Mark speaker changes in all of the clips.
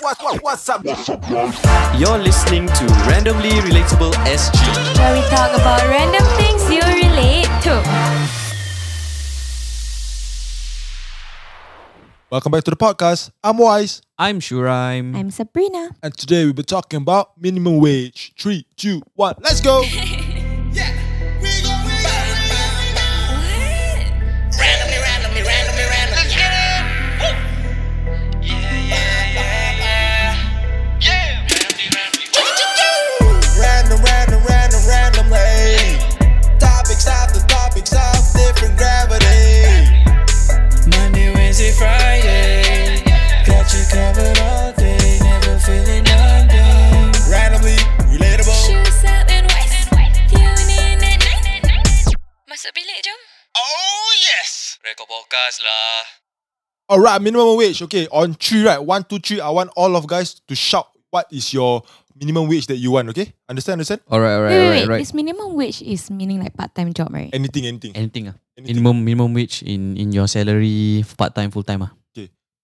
Speaker 1: What, what, what's up?
Speaker 2: You're listening to Randomly Relatable SG.
Speaker 3: where we talk about random things you relate to.
Speaker 4: Welcome back to the podcast. I'm Wise,
Speaker 2: I'm Shuraim.
Speaker 3: I'm Sabrina.
Speaker 4: and today we'll be talking about minimum wage. Three, two, one, let's go!
Speaker 5: randomly, randomly, randomly, randomly. Let's get it. Woo. Yeah, yeah, yeah, yeah. Yeah. Randomly, randomly. What you do?
Speaker 6: Random, random, random, random way. Topics of the topics of different gravity. Monday, Wednesday, Friday. Got you covered all day. Never feeling under. Randomly relatable.
Speaker 3: Shoes up and wise. Tune in at night. Masuk bilik jom.
Speaker 5: Oh yes. Rekod podcast lah.
Speaker 4: Alright, minimum wage. Okay, on three, right? One, two, three. I want all of guys to shout what is your minimum wage that you want, okay? Understand, understand?
Speaker 2: Alright, alright,
Speaker 7: wait,
Speaker 2: alright,
Speaker 7: wait,
Speaker 2: alright.
Speaker 7: This minimum wage is meaning like part time job, right?
Speaker 4: Anything, anything.
Speaker 2: Anything ah.
Speaker 4: anything.
Speaker 2: Minimum minimum wage in in your salary part time full time ah.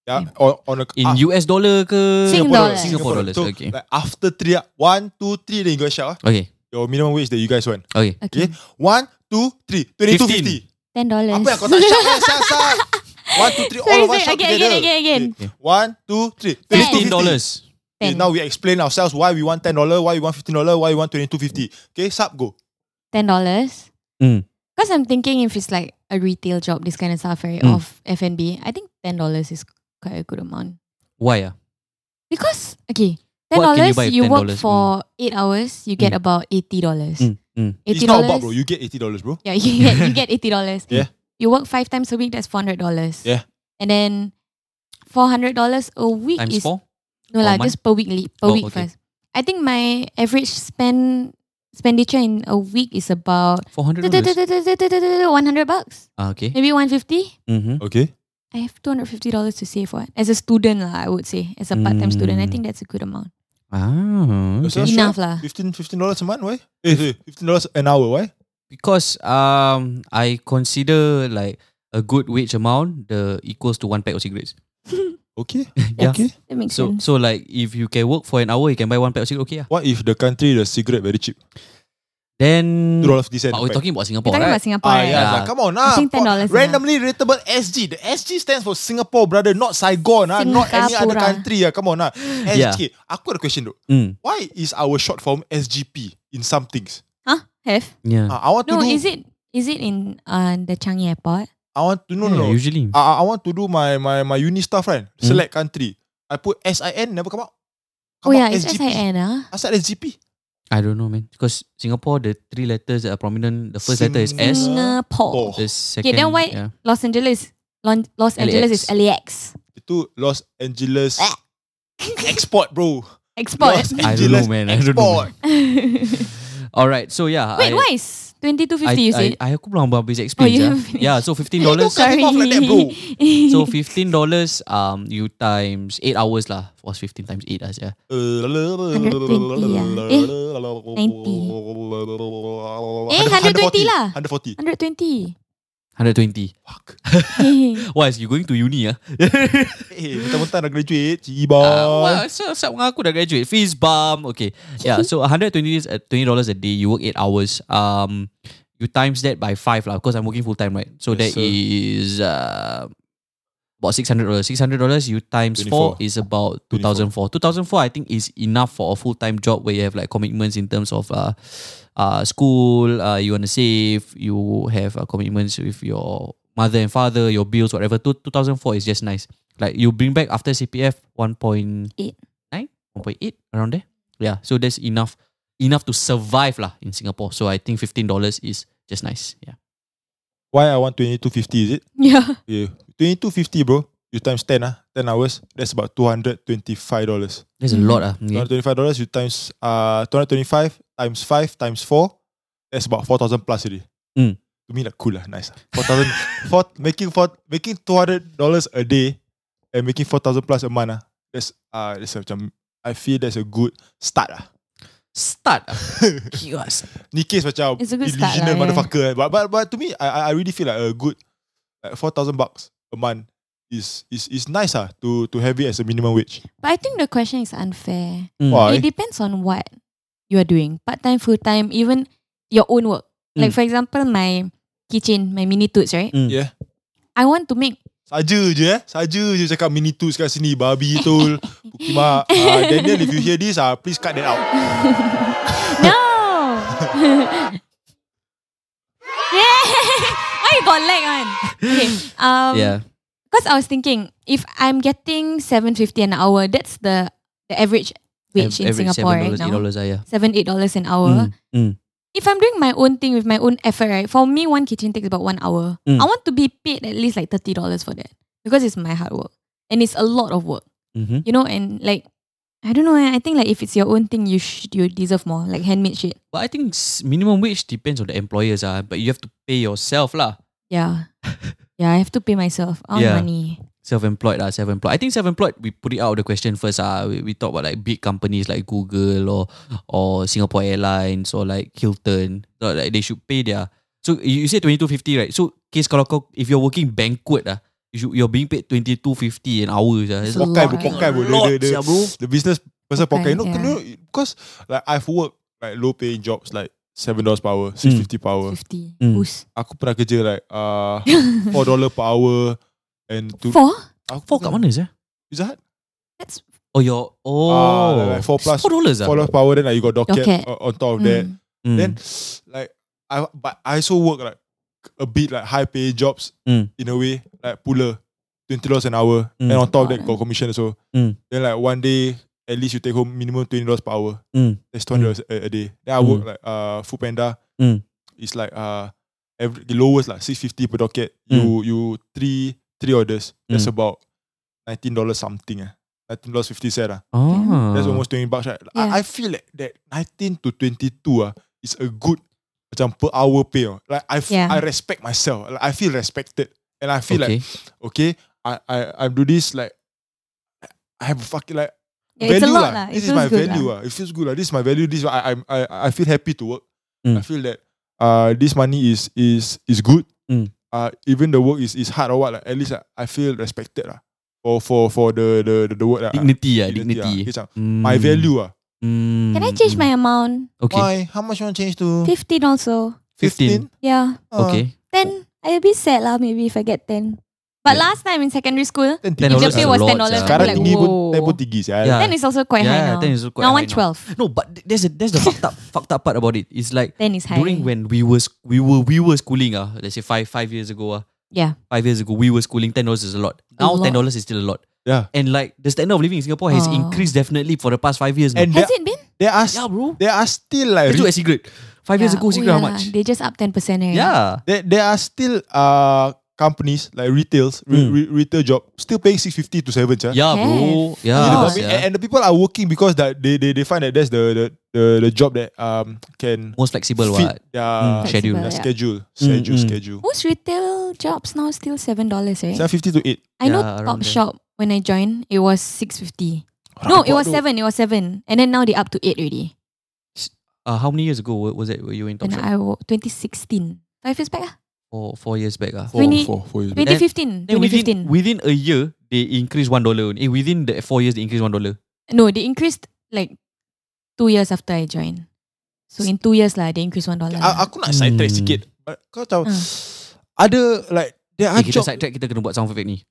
Speaker 4: Yeah, on, on a,
Speaker 2: In
Speaker 4: ah,
Speaker 2: US dollar ke
Speaker 7: Sing
Speaker 2: Singapore
Speaker 7: dollars.
Speaker 2: Singapore dollars.
Speaker 4: So,
Speaker 2: Okay.
Speaker 4: like after three, ah, one, two, three, then you go shout ah,
Speaker 2: Okay.
Speaker 4: your minimum wage that you guys want.
Speaker 2: Okay.
Speaker 4: Okay, one, two, three. 22.50.
Speaker 7: Ten dollars.
Speaker 4: Apa yang kau tak shout? eh? Shout, shout. One, two, three.
Speaker 7: Sorry,
Speaker 4: all of us
Speaker 7: sorry,
Speaker 4: shout
Speaker 7: again,
Speaker 4: together.
Speaker 7: again, again, again.
Speaker 4: Okay, One, two, three.
Speaker 2: Fifteen
Speaker 4: 22.50.
Speaker 2: dollars.
Speaker 4: Okay,
Speaker 7: Ten.
Speaker 4: now we explain ourselves why we want ten dollar, why we want fifteen dollar, why we want twenty two fifty. Okay, sub go.
Speaker 7: Ten dollars.
Speaker 2: Mm.
Speaker 7: Because I'm thinking if it's like a retail job, this kind of stuff, right?
Speaker 2: Mm.
Speaker 7: Of F and B, I think ten dollars is quite a good amount.
Speaker 2: Why ah?
Speaker 7: Because okay, ten
Speaker 2: What can you
Speaker 7: dollars
Speaker 2: buy hmm? with
Speaker 7: you, work
Speaker 2: $10?
Speaker 7: for eight hours, you get
Speaker 2: Mm.
Speaker 7: about eighty dollars.
Speaker 2: Mm, mm.
Speaker 4: It's
Speaker 7: Eighty
Speaker 4: not
Speaker 7: dollars.
Speaker 4: about bro. You get eighty dollars, bro.
Speaker 7: yeah, you get you get eighty dollars.
Speaker 4: Yeah.
Speaker 7: You work five times a week. That's four hundred dollars.
Speaker 4: Yeah.
Speaker 7: And then four hundred dollars a week
Speaker 2: Times
Speaker 7: is
Speaker 2: four.
Speaker 7: No
Speaker 2: Or
Speaker 7: lah,
Speaker 2: month?
Speaker 7: just per weekly, per
Speaker 2: Oh,
Speaker 7: week
Speaker 2: okay.
Speaker 7: first. I think my average spend expenditure in a week is about
Speaker 2: Four hundred dollars.
Speaker 7: one hundred bucks,
Speaker 2: Ah, okay.
Speaker 7: maybe one fifty.
Speaker 2: Mm-hmm.
Speaker 4: Okay.
Speaker 7: I have two hundred fifty dollars to save for it as a student lah. I would say as a part time student, I
Speaker 2: Mm.
Speaker 7: think that's a good amount.
Speaker 2: Ah, okay.
Speaker 4: Yourself? Sure.
Speaker 7: Enough lah.
Speaker 4: Fifteen fifteen dollars a month, why? Eh, sorry, fifteen dollars an hour, why?
Speaker 2: Because um, I consider like a good wage amount the equals to one pack of cigarettes.
Speaker 4: Okay.
Speaker 2: Yeah.
Speaker 4: Okay.
Speaker 7: That makes
Speaker 2: So
Speaker 7: sense.
Speaker 2: so like if you can work for an hour, you can buy one pack of cigarette. Okay, yeah.
Speaker 4: What if the country the cigarette very cheap?
Speaker 2: Then
Speaker 4: Two dollars fifty cents.
Speaker 2: but we're talking about
Speaker 7: We're
Speaker 2: Singapore,
Speaker 7: talking
Speaker 2: right?
Speaker 7: about Singapore.
Speaker 4: Ah, yeah,
Speaker 7: right?
Speaker 2: Yeah.
Speaker 4: Like, come on, ah.
Speaker 7: think $10
Speaker 4: randomly relatable SG. The SG stands for Singapore, brother, not Saigon, ah, not any other
Speaker 7: Singapura.
Speaker 4: country. Ah. Come on, ah. SG. Aku ada question, though.
Speaker 2: Mm,
Speaker 4: Why is our short form SGP in some things?
Speaker 7: Huh? Have
Speaker 2: yeah.
Speaker 4: Ah, I want to do.
Speaker 7: no? Is it is it in uh, the Changi Airport?
Speaker 4: I want to know.
Speaker 2: Yeah,
Speaker 4: no.
Speaker 2: Usually.
Speaker 4: I, I- I want to do my my my uni stuff, right?
Speaker 2: Hmm.
Speaker 4: Select country. I put SIN, never come out.
Speaker 7: Oh
Speaker 4: Come
Speaker 7: yeah,
Speaker 4: out
Speaker 7: it's
Speaker 4: SGP.
Speaker 7: SIN ah.
Speaker 4: I said SGP.
Speaker 2: I don't know, man. Because Singapore, the three letters that are prominent, the first letter is S.
Speaker 4: Oh.
Speaker 7: Singapore.
Speaker 2: The second,
Speaker 7: Okay, then why
Speaker 2: yeah.
Speaker 7: Los Angeles? Lon- Los Angeles is LAX.
Speaker 4: Itu Los Angeles
Speaker 7: Eh.
Speaker 4: export, bro.
Speaker 7: Export.
Speaker 4: Los
Speaker 2: I don't
Speaker 4: Angeles
Speaker 2: know, man. I don't know.
Speaker 4: export.
Speaker 2: man. All right, so yeah.
Speaker 7: Wait,
Speaker 2: I,
Speaker 7: why is twenty two
Speaker 2: I,
Speaker 7: fifty?
Speaker 2: I,
Speaker 7: You say
Speaker 2: I, aku belum habis explain.
Speaker 7: you
Speaker 2: Oh,
Speaker 7: haven't finished.
Speaker 2: yeah, so $15.
Speaker 4: Cut him off like that, bro.
Speaker 2: so $15, um, you times 8 hours lah. What's 15 times 8 as yeah?
Speaker 7: 120, ah. Eh, 90. Eh, 120 lah.
Speaker 4: 140.
Speaker 7: hundred twenty.
Speaker 2: 120.
Speaker 4: Fuck.
Speaker 2: Wise, you going to uni ah?
Speaker 4: Eh, bentar-bentar dah graduate. Ciba.
Speaker 2: Uh,
Speaker 7: Ah,
Speaker 2: so, so aku dah graduate. Fees bump. Okay. Yeah. So 120 is uh, $20 a day. You work 8 hours. Um, You times that by 5 lah. Because I'm working full time, right? So that
Speaker 4: Yes, sir.
Speaker 2: is uh, about $600. $600 you times 4
Speaker 4: 24.
Speaker 2: is about 2004 2004 I think is enough for a full time job where you have like commitments in terms of uh, uh, school, uh, you want to save, you have uh, commitments with your mother and father, your bills, whatever. Two, 2004 is just nice. Like you bring back after CPF 1.9,
Speaker 7: Eight.
Speaker 2: 1.8 around there. Yeah, so that's enough enough to survive lah in Singapore. So I think $15 is just nice. Yeah.
Speaker 4: Why I want 2250, is it?
Speaker 7: yeah.
Speaker 4: Yeah. 2250, bro. You times 10, ah. 10 hours. That's about $225.
Speaker 2: There's a
Speaker 7: Mm.
Speaker 2: lot. ah. Yeah.
Speaker 4: $225 you times uh 225 times 5 times 4 that's about 4000 plus already.
Speaker 2: Mm.
Speaker 4: To me like cool lah, nice. lah. 4000 four, making four, making $200 a day and making 4000 plus a month ah. That's uh that's macam I feel that's a good start lah.
Speaker 2: Start. ah. Kiosk.
Speaker 4: Ni case macam
Speaker 7: It's a good start
Speaker 4: illusional
Speaker 7: lah, yeah.
Speaker 4: motherfucker. eh. But, but but to me I I- I really feel like a good like 4000 bucks a month is is is nice ah to to have it as a minimum wage.
Speaker 7: But I think the question is unfair.
Speaker 2: Mm.
Speaker 4: Why?
Speaker 7: It depends on what you are doing. Part time, full time, even your own work. Like
Speaker 2: Mm.
Speaker 7: for example, my kitchen, my mini toots, right?
Speaker 2: Mm.
Speaker 4: Yeah.
Speaker 7: I want to make
Speaker 4: Saja je eh Saja je cakap mini tools kat sini Babi tol Pukimak uh, Daniel if you hear this uh, Please cut that out
Speaker 7: No Yeah Why you got lag on? Okay um,
Speaker 2: yeah.
Speaker 7: Because I was thinking, if I'm getting seven fifty an hour, that's the the average wage in
Speaker 2: Average
Speaker 7: Singapore
Speaker 2: $7,
Speaker 7: right now.
Speaker 2: $8, ah, yeah.
Speaker 7: Seven eight dollars an hour.
Speaker 2: Mm, mm,
Speaker 7: If I'm doing my own thing with my own effort, right? For me, one kitchen takes about one hour.
Speaker 2: Mm.
Speaker 7: I want to be paid at least like thirty dollars for that because it's my hard work and it's a lot of work,
Speaker 2: mhm.
Speaker 7: you know. And like, I don't know. eh, I think like if it's your own thing, you should you deserve more, like handmade shit.
Speaker 2: But I think s- minimum wage depends on the employers, ah. but you have to pay yourself lah.
Speaker 7: Yeah. yeah, I have to pay myself. I want
Speaker 2: Yeah.
Speaker 7: money.
Speaker 2: Self-employed lah, self-employed. I think self-employed, we put it out of the question first. Ah, we, we talk about like big companies like Google or or Singapore Airlines or like Hilton. So, like they should pay their. So you, you say twenty two fifty, right? So case kalau kau if you're working banquet ah, you should, you're being paid twenty two fifty an hour. Ah. That's
Speaker 7: a
Speaker 4: Pokai
Speaker 7: lot,
Speaker 4: bro
Speaker 7: eh.
Speaker 4: Pokai bro The,
Speaker 2: Lot
Speaker 4: the, the,
Speaker 2: sia, bro.
Speaker 4: the business Pasal
Speaker 7: Pokai,
Speaker 4: pokai You know,
Speaker 7: yeah.
Speaker 4: you know Because like I've worked Like low paying jobs Like $7 per hour $6.50 per hour
Speaker 7: 50.
Speaker 2: Mm.
Speaker 7: Boost.
Speaker 4: Aku pernah kerja like uh, $4 per hour And to
Speaker 7: Four?
Speaker 4: aku
Speaker 2: Four kat mana sah?
Speaker 4: Pizza Hut
Speaker 7: That's
Speaker 2: Oh your oh
Speaker 4: Ah, like four plus-
Speaker 2: four dollars ah.
Speaker 4: $4 per hour Then like, you got docket,
Speaker 7: Docket.
Speaker 4: o- On top of
Speaker 7: mm.
Speaker 4: that
Speaker 2: Mm.
Speaker 4: Then like I but I also work like a bit like high pay jobs
Speaker 2: Mm.
Speaker 4: in a way like puller twenty dollars an hour
Speaker 2: Mm.
Speaker 4: and on top of that got commission also.
Speaker 2: Mm.
Speaker 4: Then like one day at least you take home minimum twenty dollars per hour.
Speaker 2: Mm.
Speaker 4: That's twenty dollars a, a day. Then I
Speaker 2: Mm.
Speaker 4: work like uh Food Panda.
Speaker 2: Mm.
Speaker 4: It's like uh every the lowest like six fifty per docket. You you three three orders. That's about nineteen dollars something. Eh. Nineteen dollars fifty cent. Ah.
Speaker 2: ah.
Speaker 4: That's almost 20 bucks, right?
Speaker 7: Yeah.
Speaker 4: I, I feel like that 19 to 22 uh, is a good macam per hour pay. ah. Like I, f-
Speaker 7: Yeah.
Speaker 4: I respect myself. Like, I feel respected. And I feel
Speaker 2: okay.
Speaker 4: like, okay, I, I, I do this like, I have a fucking like,
Speaker 7: Yeah,
Speaker 4: value
Speaker 7: it's a lot
Speaker 4: lah.
Speaker 7: lah. It
Speaker 4: This is
Speaker 7: feels
Speaker 4: my
Speaker 7: good
Speaker 4: value
Speaker 7: lah.
Speaker 4: lah. It feels good lah. This is my value. This is why I, I'm- I, I, I feel happy to work.
Speaker 2: Mm.
Speaker 4: I feel that uh, this money is is is good.
Speaker 2: Mm.
Speaker 4: Uh, even the work is, is hard or what, like, at least like, I feel respected lah. For for for the the the, the work lah.
Speaker 2: dignity ah,
Speaker 4: ah.
Speaker 2: dignity.
Speaker 4: Macam,
Speaker 2: Mm.
Speaker 4: my value ah. Hmm.
Speaker 2: Mm.
Speaker 7: Can I change my amount?
Speaker 2: Okay.
Speaker 4: Why? How much you want to change to?
Speaker 7: 15 also.
Speaker 2: 15.
Speaker 7: Yeah.
Speaker 4: Uh,
Speaker 2: Okay.
Speaker 7: 10. I'll be sad lah maybe if I get 10. But
Speaker 2: Yeah.
Speaker 7: last time in secondary school,
Speaker 4: Ten
Speaker 2: Ten
Speaker 4: tinggi
Speaker 2: dollars
Speaker 7: teacher
Speaker 2: is
Speaker 7: pay
Speaker 2: a
Speaker 4: sia.
Speaker 7: was
Speaker 2: lot, sia.
Speaker 7: $10. I'm
Speaker 4: Sekarang
Speaker 7: like,
Speaker 4: tinggi pun
Speaker 7: whoa.
Speaker 4: Ten pun tinggi sia
Speaker 2: Yeah.
Speaker 7: Ten is also quite
Speaker 2: yeah,
Speaker 7: high now.
Speaker 2: 10 is quite
Speaker 7: now
Speaker 2: high
Speaker 7: one
Speaker 2: now.
Speaker 7: twelve.
Speaker 2: No, but th- there's a there's the fucked up fucked up part about it. It's like
Speaker 7: Ten is high.
Speaker 2: during when we were sc- we were we were schooling ah, let's say five five years ago ah,
Speaker 7: yeah.
Speaker 2: five years ago we were schooling ten dollars is a lot.
Speaker 7: A
Speaker 2: Now
Speaker 7: lot.
Speaker 2: ten dollars is still a lot.
Speaker 4: Yeah.
Speaker 2: And like the standard of living in Singapore has
Speaker 7: Oh.
Speaker 2: increased definitely for the past five years.
Speaker 4: And
Speaker 2: And
Speaker 4: there,
Speaker 7: Has it been?
Speaker 4: there are
Speaker 7: Ya.
Speaker 2: yeah, bro.
Speaker 4: there are still like
Speaker 2: Let's look
Speaker 4: re-
Speaker 2: at cigarette. E Five years
Speaker 7: Yeah.
Speaker 2: ago,
Speaker 7: Oh,
Speaker 2: cigarette how
Speaker 7: yeah.
Speaker 2: much?
Speaker 7: They just up 10%. Eh?
Speaker 2: yeah.
Speaker 4: there, there are still uh companies like retails re-
Speaker 2: Mm.
Speaker 4: re- retail job still paying six fifty to seven sia.
Speaker 2: Yeah,
Speaker 7: Have.
Speaker 2: bro. Yeah.
Speaker 4: You know what I
Speaker 7: Yeah.
Speaker 4: mean? and,
Speaker 2: Ya.
Speaker 4: and the people are working because that they, they, they find that that's the the, the, the job that um can
Speaker 2: Most flexible
Speaker 4: fit Ah,
Speaker 2: what?
Speaker 4: their,
Speaker 2: Mm, schedule.
Speaker 4: their
Speaker 7: Yeah.
Speaker 4: schedule schedule
Speaker 2: mm.
Speaker 4: schedule.
Speaker 7: Most retail jobs now still $7, right?
Speaker 4: Seven fifty to eight.
Speaker 7: I know
Speaker 2: Yeah, around
Speaker 7: Top
Speaker 2: there.
Speaker 7: Shop when I joined, it was six fifty.
Speaker 4: Ah,
Speaker 7: No, it was
Speaker 4: Rabak tu.
Speaker 7: seven. It was seven, and then now they up to eight already.
Speaker 2: Uh, how many years ago wa- was it? Were you in Top
Speaker 7: And
Speaker 2: Shop?
Speaker 7: I twenty sixteen. Five years back ah.
Speaker 2: Four, four years back. Ah.
Speaker 4: Four,
Speaker 7: Twenty-
Speaker 4: four, four years.
Speaker 7: Twenty fifteen.
Speaker 2: Then
Speaker 7: Twenty
Speaker 2: within,
Speaker 7: fifteen.
Speaker 2: within a year, they increase one dollar. Eh, within the four years, they increase one dollar.
Speaker 7: No, they increased like two years after I joined. So in two years lah, they increase one dollar.
Speaker 4: A- Aku nak sidetrack
Speaker 2: Hmm.
Speaker 4: sikit But Kau tahu
Speaker 7: Ah.
Speaker 4: Ada like There are
Speaker 2: Eh, kita
Speaker 4: job
Speaker 2: sidetrack, kita kena buat sound effect ni.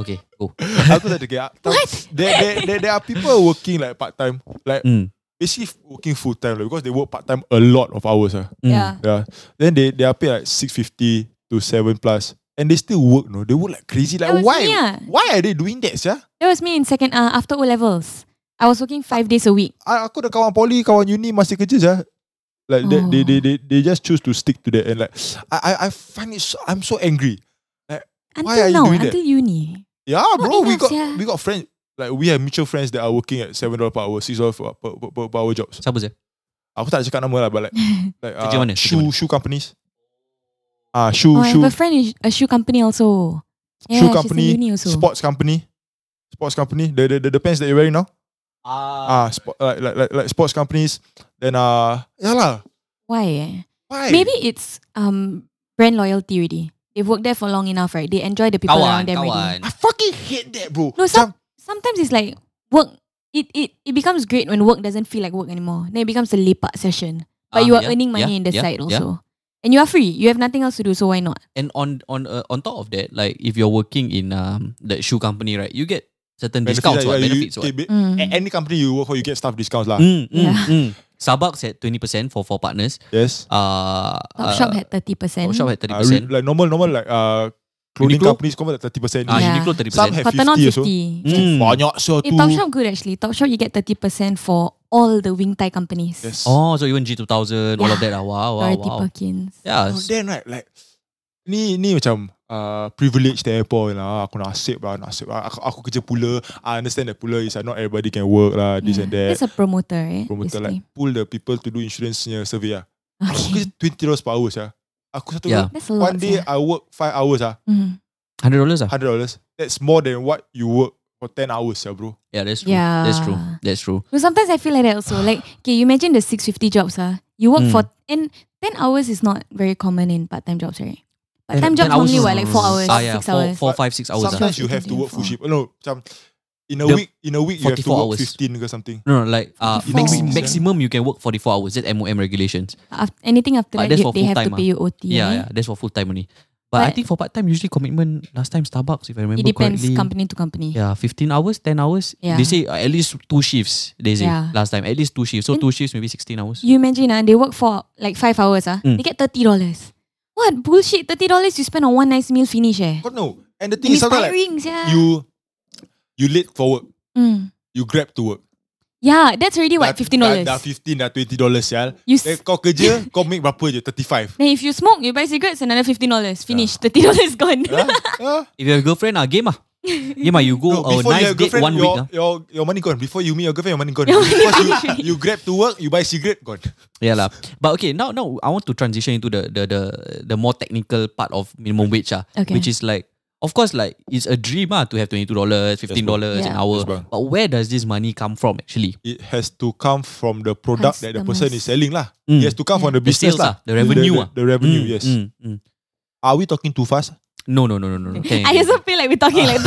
Speaker 2: Okay, go.
Speaker 4: Aku tak ada What? There, there, there, there are people working like part time Like
Speaker 2: Mm.
Speaker 4: basically working full time like, Because they work part time a lot of hours ah.
Speaker 2: mm.
Speaker 7: Yeah.
Speaker 4: Yeah Then they they are paid like 650 to 7 plus And they still work no They work like crazy Like
Speaker 7: That was
Speaker 4: why
Speaker 7: me, ah.
Speaker 4: Why are they doing that yeah?
Speaker 7: That was me in second uh, after O levels. I was working five days a week.
Speaker 4: Aku ada kawan poly Kawan uni masih kerja sia Like they, they,
Speaker 7: Oh.
Speaker 4: they, they, they just choose to stick to that And like I, I, I find it so, I'm so angry
Speaker 7: Until
Speaker 4: Why are you
Speaker 7: now,
Speaker 4: doing that?
Speaker 7: until uni.
Speaker 4: Yeah, bro, we
Speaker 7: enough,
Speaker 4: got
Speaker 7: yeah.
Speaker 4: we got friends like we have mutual friends that are working at seven dollar per hour, six dollar per, per, per, per, per hour jobs.
Speaker 2: Siapa je?
Speaker 4: Aku tak nak cakap nama lah, but like, like
Speaker 2: Kerja
Speaker 4: uh,
Speaker 2: mana? Kerja
Speaker 4: shoe
Speaker 2: mana?
Speaker 4: shoe companies. Ah, shoe
Speaker 7: oh, I
Speaker 4: shoe
Speaker 7: have a friend in a shoe company also. Yeah,
Speaker 4: shoe
Speaker 7: she's in
Speaker 4: company,
Speaker 7: uni also.
Speaker 4: sports company, sports company. The the, the, the pants that you're wearing now. Ah,
Speaker 2: Uh.
Speaker 4: sport, like, like like like sports companies. Then uh, yeah lah.
Speaker 7: Why? eh?
Speaker 4: Why?
Speaker 7: Maybe it's um brand loyalty already. they've worked there for long enough, right? They enjoy the people
Speaker 2: Kawan,
Speaker 7: around them already.
Speaker 2: kawan. Ah,
Speaker 4: I fucking hate that, bro.
Speaker 7: No,
Speaker 4: Macam-
Speaker 7: some, sometimes it's like work. It, it it becomes great when work doesn't feel like work anymore. Then it becomes a lepak session.
Speaker 2: Ah,
Speaker 7: But you are
Speaker 2: yeah,
Speaker 7: earning money
Speaker 2: yeah,
Speaker 7: in the
Speaker 2: yeah,
Speaker 7: side
Speaker 2: yeah.
Speaker 7: also. And you are free. You have nothing else to do, so why not?
Speaker 2: and on on uh, on top of that, like if you're working in um the shoe company, right, you get certain
Speaker 4: benefits
Speaker 2: discounts
Speaker 4: lah,
Speaker 2: or
Speaker 4: you-
Speaker 2: benefits.
Speaker 4: you-
Speaker 2: What?
Speaker 4: okay, ba-
Speaker 2: uh,
Speaker 7: Mm.
Speaker 4: a- Any company you work for, you get staff discounts lah.
Speaker 2: Mm, mm,
Speaker 7: Yeah.
Speaker 2: mm. Starbucks had twenty percent for four partners.
Speaker 4: Yes.
Speaker 2: Uh,
Speaker 7: Topshop
Speaker 2: uh,
Speaker 7: had 30%.
Speaker 2: Topshop had thirty
Speaker 4: Uh, re-
Speaker 2: percent.
Speaker 4: like normal, normal like uh, clothing
Speaker 2: Uniqlo?
Speaker 4: companies come at 30%.
Speaker 2: Ah,
Speaker 7: Yeah.
Speaker 2: Uniqlo thirty
Speaker 4: Some
Speaker 2: percent.
Speaker 4: have
Speaker 7: Cotton on
Speaker 4: 50 also.
Speaker 7: 50.
Speaker 2: Mm.
Speaker 4: Banyak sure
Speaker 7: Eh,
Speaker 4: tu.
Speaker 7: Topshop good actually. Topshop you get 30% for all the wing tie companies.
Speaker 4: Yes.
Speaker 2: Oh, so even G two thousand, all of that. ah. Wow, wow,
Speaker 7: Dorothy
Speaker 2: wow.
Speaker 7: Perkins.
Speaker 2: Yeah,
Speaker 4: Oh, then right, like ni ni macam uh, privilege airport lah. Aku nasib lah, nasib lah. Aku, aku kerja pula. I understand that pula is like not everybody can work lah, this
Speaker 7: Yeah.
Speaker 4: and that.
Speaker 7: That's a promoter, right?
Speaker 4: Promoter like
Speaker 7: Basically.
Speaker 4: pull the people to do insurance punya survey lah. Aku kerja
Speaker 7: Okay.
Speaker 4: 20 dollars per hour ya. Aku satu yeah.
Speaker 2: Yeah.
Speaker 7: That's a lot.
Speaker 4: one day
Speaker 7: yeah.
Speaker 4: I work 5 hours ah,
Speaker 7: Mm.
Speaker 2: hundred dollars. Ah,
Speaker 4: 100 dollars. That's more than what you work for 10 hours ya bro.
Speaker 2: yeah, that's true.
Speaker 7: Yeah.
Speaker 2: That's true. That's true.
Speaker 7: No, sometimes I feel like that also. Like, okay, you imagine the 650 jobs, ah. You work
Speaker 2: Mm.
Speaker 7: for and 10 hours is not very common in part-time jobs, right?
Speaker 2: 10
Speaker 7: Part-time jobs
Speaker 2: hours
Speaker 7: normally
Speaker 2: is-
Speaker 7: what, like 4 hours,
Speaker 2: Ah, yeah,
Speaker 7: 6
Speaker 2: four,
Speaker 7: hours.
Speaker 2: four, five, six hours. ah.
Speaker 4: Sometimes you
Speaker 7: Twelve to
Speaker 4: have to work full
Speaker 7: 24.
Speaker 4: shift. No, macam in a
Speaker 2: The
Speaker 4: week in a week you have to
Speaker 2: 44
Speaker 4: work
Speaker 2: hours.
Speaker 4: 15 ke something.
Speaker 2: No, no, like uh,
Speaker 7: Forty-four
Speaker 2: maxi-
Speaker 4: hours, yeah.
Speaker 2: maximum you can work 44 hours. That's MOM regulations.
Speaker 7: Af- anything after
Speaker 2: But
Speaker 7: that,
Speaker 2: that's
Speaker 7: you-
Speaker 2: for
Speaker 7: they have to
Speaker 2: full-time, ah.
Speaker 7: pay you OT.
Speaker 2: Yeah, yeah,
Speaker 7: right?
Speaker 2: that's for full time only. But, I
Speaker 7: But-
Speaker 2: think for part time, usually commitment last time Starbucks, if I remember
Speaker 7: It depends
Speaker 2: correctly.
Speaker 7: company to company.
Speaker 2: Yeah, 15 hours, 10 hours.
Speaker 7: Yeah.
Speaker 2: They say uh, at least two shifts, they say
Speaker 7: Yeah.
Speaker 2: last time. At least two shifts. So
Speaker 7: And-
Speaker 2: two shifts, maybe 16 hours.
Speaker 7: You imagine, ah, they work for like 5 hours, ah.
Speaker 2: Mm.
Speaker 7: They get $30. What bullshit? $30 you spend on one nice meal finish, eh?
Speaker 4: God no. And the
Speaker 7: And
Speaker 4: thing is
Speaker 7: it's
Speaker 4: sometimes like
Speaker 7: tiring, yeah.
Speaker 4: you you late for work.
Speaker 7: Mm.
Speaker 4: You grab to work.
Speaker 7: Yeah, that's already
Speaker 4: Dah-
Speaker 7: what, $15.
Speaker 4: Dah, dah 15 dah 20 dollars sial.
Speaker 7: you
Speaker 4: Then
Speaker 7: s-
Speaker 4: kau kerja kau make berapa je 35.
Speaker 7: then if you smoke, you buy cigarettes, another $15. Finish. $30 gone.
Speaker 4: Huh? Huh?
Speaker 2: If you have a girlfriend, uh, game ah. Game ah, you go
Speaker 4: No,
Speaker 2: a
Speaker 4: before
Speaker 2: nice
Speaker 4: your
Speaker 2: date
Speaker 4: girlfriend,
Speaker 2: one
Speaker 4: your,
Speaker 2: week. ah.
Speaker 4: your, your money gone. Before you meet your girlfriend, your money gone.
Speaker 7: Your money
Speaker 4: Because
Speaker 7: gone.
Speaker 4: you, you grab to work, you buy cigarette, gone.
Speaker 2: Yeah lah. But okay, now now I want to transition into the the the, the more technical part of minimum wage ah,
Speaker 7: Okay.
Speaker 2: which is like of course like it's a dream ah, to have twenty two dollars, fifteen dollars an
Speaker 7: Yeah.
Speaker 4: Yes,
Speaker 2: hour.
Speaker 4: bang.
Speaker 2: But where does this money come from actually?
Speaker 4: It has to come from the product that the person is
Speaker 7: Customers.
Speaker 4: selling lah.
Speaker 2: Mm.
Speaker 4: It has to come from the
Speaker 2: The
Speaker 4: business
Speaker 2: sales
Speaker 4: lah.
Speaker 2: ah, the revenue
Speaker 4: The,
Speaker 2: ah.
Speaker 4: the, the revenue,
Speaker 2: Mm,
Speaker 4: yes.
Speaker 2: mm, mm.
Speaker 4: Are we talking too fast?
Speaker 2: No no no no no. no. Can-
Speaker 7: I also feel like we're talking like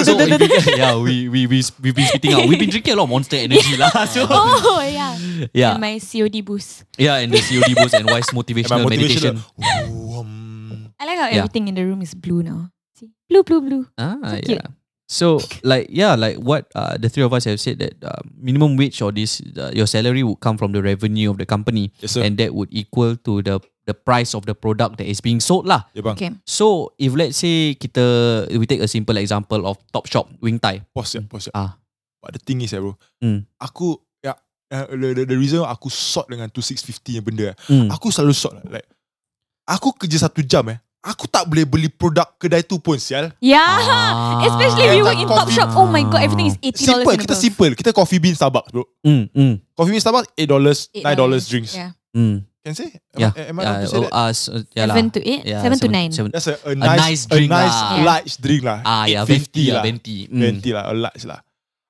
Speaker 2: so if we get- yeah we we we we've been spitting out. We've been drinking a lot of Monster Energy lah. So
Speaker 7: Oh yeah.
Speaker 2: yeah
Speaker 7: And my COD boost.
Speaker 2: yeah and the COD boost and wise motivational meditation.
Speaker 4: Oh, um,
Speaker 7: I like how
Speaker 2: Yeah.
Speaker 7: everything in the room is blue now. See? Blue, blue, blue.
Speaker 2: Ah,
Speaker 7: So cute.
Speaker 2: yeah. So like yeah, like what uh, the three of us have said that uh, minimum wage or this uh, your salary would come from the revenue of the company,
Speaker 4: yes, sir.
Speaker 2: and that would equal to the the price of the product that is being sold lah.
Speaker 4: yeah, bang.
Speaker 7: Okay.
Speaker 2: So if let's say kita we take a simple example of Topshop Wing Tai.
Speaker 4: Pause, yeah, pause. Yeah.
Speaker 2: Ah.
Speaker 4: But the thing is, eh, bro.
Speaker 2: Mm.
Speaker 4: Aku, ya, eh, the, the, the reason aku sort dengan 2650 yang benda eh,
Speaker 2: Mm.
Speaker 4: Aku selalu shock lah, Like Aku kerja satu jam eh Aku tak boleh beli produk kedai tu pun sial
Speaker 7: Yeah.
Speaker 2: Ah.
Speaker 7: Especially if you work in
Speaker 4: Coffee.
Speaker 7: Top Shop. Oh my god, everything is eighty dollars.
Speaker 4: Simple Kita simple Kita coffee bean Starbucks bro
Speaker 2: Mm, mm,
Speaker 4: Coffee bean Starbucks $8 $9 drinks
Speaker 7: Yeah.
Speaker 2: mm.
Speaker 4: Can say? Am
Speaker 2: Yeah.
Speaker 4: I, am I
Speaker 2: yeah.
Speaker 4: allowed to say
Speaker 2: oh,
Speaker 4: that?
Speaker 2: uh, so, yeah lah.
Speaker 7: Seven to eight,
Speaker 2: Yeah,
Speaker 7: seven to nine.
Speaker 2: seven-
Speaker 4: That's a, a
Speaker 2: nice
Speaker 4: nice,
Speaker 2: drink
Speaker 4: A nice
Speaker 2: lah.
Speaker 7: Yeah.
Speaker 4: large drink lah
Speaker 2: Ah yeah,
Speaker 4: 850
Speaker 2: venti lah,
Speaker 4: lah.
Speaker 2: venti. Mm.
Speaker 4: 20 lah A large lah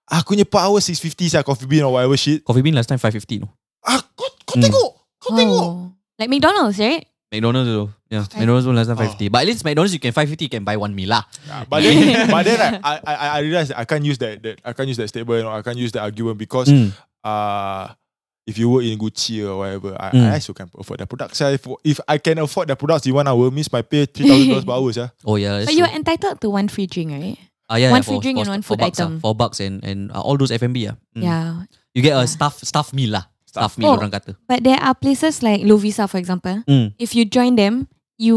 Speaker 4: Aku punya per hour 650 sial Coffee bean or whatever shit
Speaker 2: Coffee Bean last time 550 no.
Speaker 4: ah, Kau, kau
Speaker 2: Mm.
Speaker 4: tengok Kau tengok
Speaker 7: Oh. Like McDonald's, right?
Speaker 2: McDonald's though. Yeah, McDonald's pun last time 550. But at least McDonald's you can 550 you can buy one meal lah.
Speaker 4: Ah, But then, but then I, I, I, I realised that I can't use that, that I can't use that statement Or I can't use that argument Because
Speaker 2: Mm.
Speaker 4: uh, if you work in Gucci or whatever, I,
Speaker 2: Mm.
Speaker 4: I also can afford that product. So if, if I can afford that products in one hour, means my pay three thousand dollars per hour. Yeah.
Speaker 2: Oh yeah. that's
Speaker 7: But you
Speaker 2: true.
Speaker 7: are entitled to one free drink, right?
Speaker 2: Ah, yeah,
Speaker 7: one
Speaker 2: yeah,
Speaker 7: free drink and one food
Speaker 2: bucks ah,
Speaker 7: item.
Speaker 2: four bucks and and uh, all those F&B ah. Mm.
Speaker 7: Yeah.
Speaker 2: You get a
Speaker 7: Yeah.
Speaker 2: staff staff meal lah.
Speaker 4: Staff
Speaker 2: Staff, meal
Speaker 7: Oh.
Speaker 2: orang kata.
Speaker 7: But there are places like Lovisa, for example.
Speaker 2: Mm.
Speaker 7: If you join them, you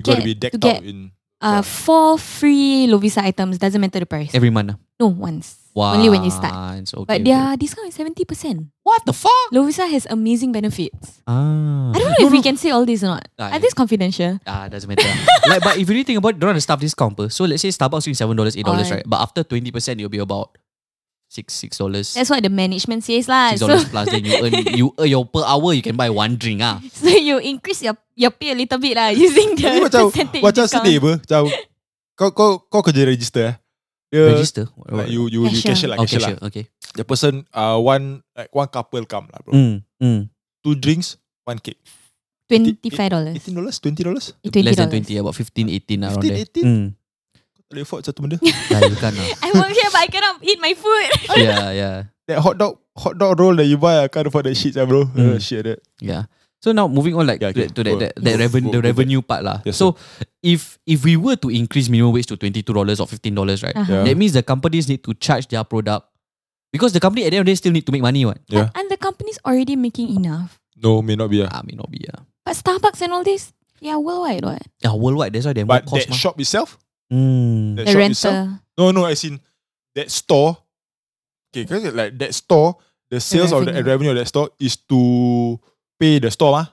Speaker 4: You gotta
Speaker 7: get
Speaker 4: be decked
Speaker 7: to get
Speaker 4: out in Yeah.
Speaker 7: uh, four free Lovisa items. Doesn't matter the price.
Speaker 2: Every month. ah.
Speaker 7: no, once.
Speaker 2: Wow.
Speaker 7: Only when you start.
Speaker 2: Okay,
Speaker 7: But
Speaker 2: okay.
Speaker 7: their discount is seventy percent.
Speaker 2: What the fuck?
Speaker 7: Lovisa has amazing benefits.
Speaker 2: Ah.
Speaker 7: I don't know if we can say all this or not.
Speaker 2: Ah,
Speaker 7: Are these confidential?
Speaker 2: Ah, doesn't matter. like, but if you really think about it, don't have the staff discount. per. So let's say Starbucks is seven dollars, eight dollars,
Speaker 7: Alright.
Speaker 2: right? But after twenty percent, it'll be about six six dollars.
Speaker 7: That's what the management says lah.
Speaker 2: Six
Speaker 7: So,
Speaker 2: dollars plus. Then you earn you earn your per hour. You can buy one drink ah.
Speaker 7: so you increase your your pay a little bit lah using the
Speaker 4: Ini macam
Speaker 7: percentage
Speaker 4: macam
Speaker 7: discount.
Speaker 4: sedih apa? Macam kau kau kau kerja register eh. Dia,
Speaker 2: Register.
Speaker 4: Like you you you
Speaker 7: Oh, Cashier.
Speaker 4: cashier lah,
Speaker 2: okay,
Speaker 4: cashier
Speaker 2: sure.
Speaker 4: lah.
Speaker 2: Okay.
Speaker 4: The person uh, one like one couple come lah bro.
Speaker 2: Mm, mm.
Speaker 4: Two drinks, one cake.
Speaker 7: twenty five dollars. Eh,
Speaker 4: $18, $20?
Speaker 7: Twenty
Speaker 2: Less than
Speaker 7: dollars.
Speaker 2: 20 About 15, 18 lah
Speaker 4: 15,
Speaker 2: around there
Speaker 4: 18?
Speaker 2: mm.
Speaker 4: Kau tak boleh afford satu benda.
Speaker 2: Dah you kan lah
Speaker 7: I work here but I cannot eat my food.
Speaker 2: Yeah yeah
Speaker 4: that hot dog hot dog roll that you buy, I can't afford that shit, sia, bro. Uh,
Speaker 2: Mm.
Speaker 4: shit, that.
Speaker 2: Yeah. So now moving on like
Speaker 4: Yeah, okay.
Speaker 2: to, to that,
Speaker 4: Go-
Speaker 2: that, that
Speaker 4: go-
Speaker 2: revenue
Speaker 4: go-
Speaker 2: the
Speaker 4: go back.
Speaker 2: revenue part lah.
Speaker 4: Yes,
Speaker 2: so if if we were to increase minimum wage to twenty two dollars or fifteen dollars, right?
Speaker 7: Uh-huh.
Speaker 4: Yeah.
Speaker 2: That means the companies need to charge their product because the company at the end of the day still need to make money. What?
Speaker 4: Yeah.
Speaker 7: And the company's already making enough.
Speaker 4: No, may not be. ah.
Speaker 2: I mean, not be yeah.
Speaker 7: But Starbucks and all this, yeah, worldwide, what?
Speaker 2: Yeah, worldwide. That's why they more
Speaker 4: But that
Speaker 2: cost. mah.
Speaker 4: shop itself,
Speaker 2: Mm.
Speaker 4: that
Speaker 7: The
Speaker 4: shop itself.
Speaker 7: renter.
Speaker 4: No, no, I seen that store. Okay, cause like that store, the sales of the revenue
Speaker 7: revenue.
Speaker 4: of that store is to pay the store, mah.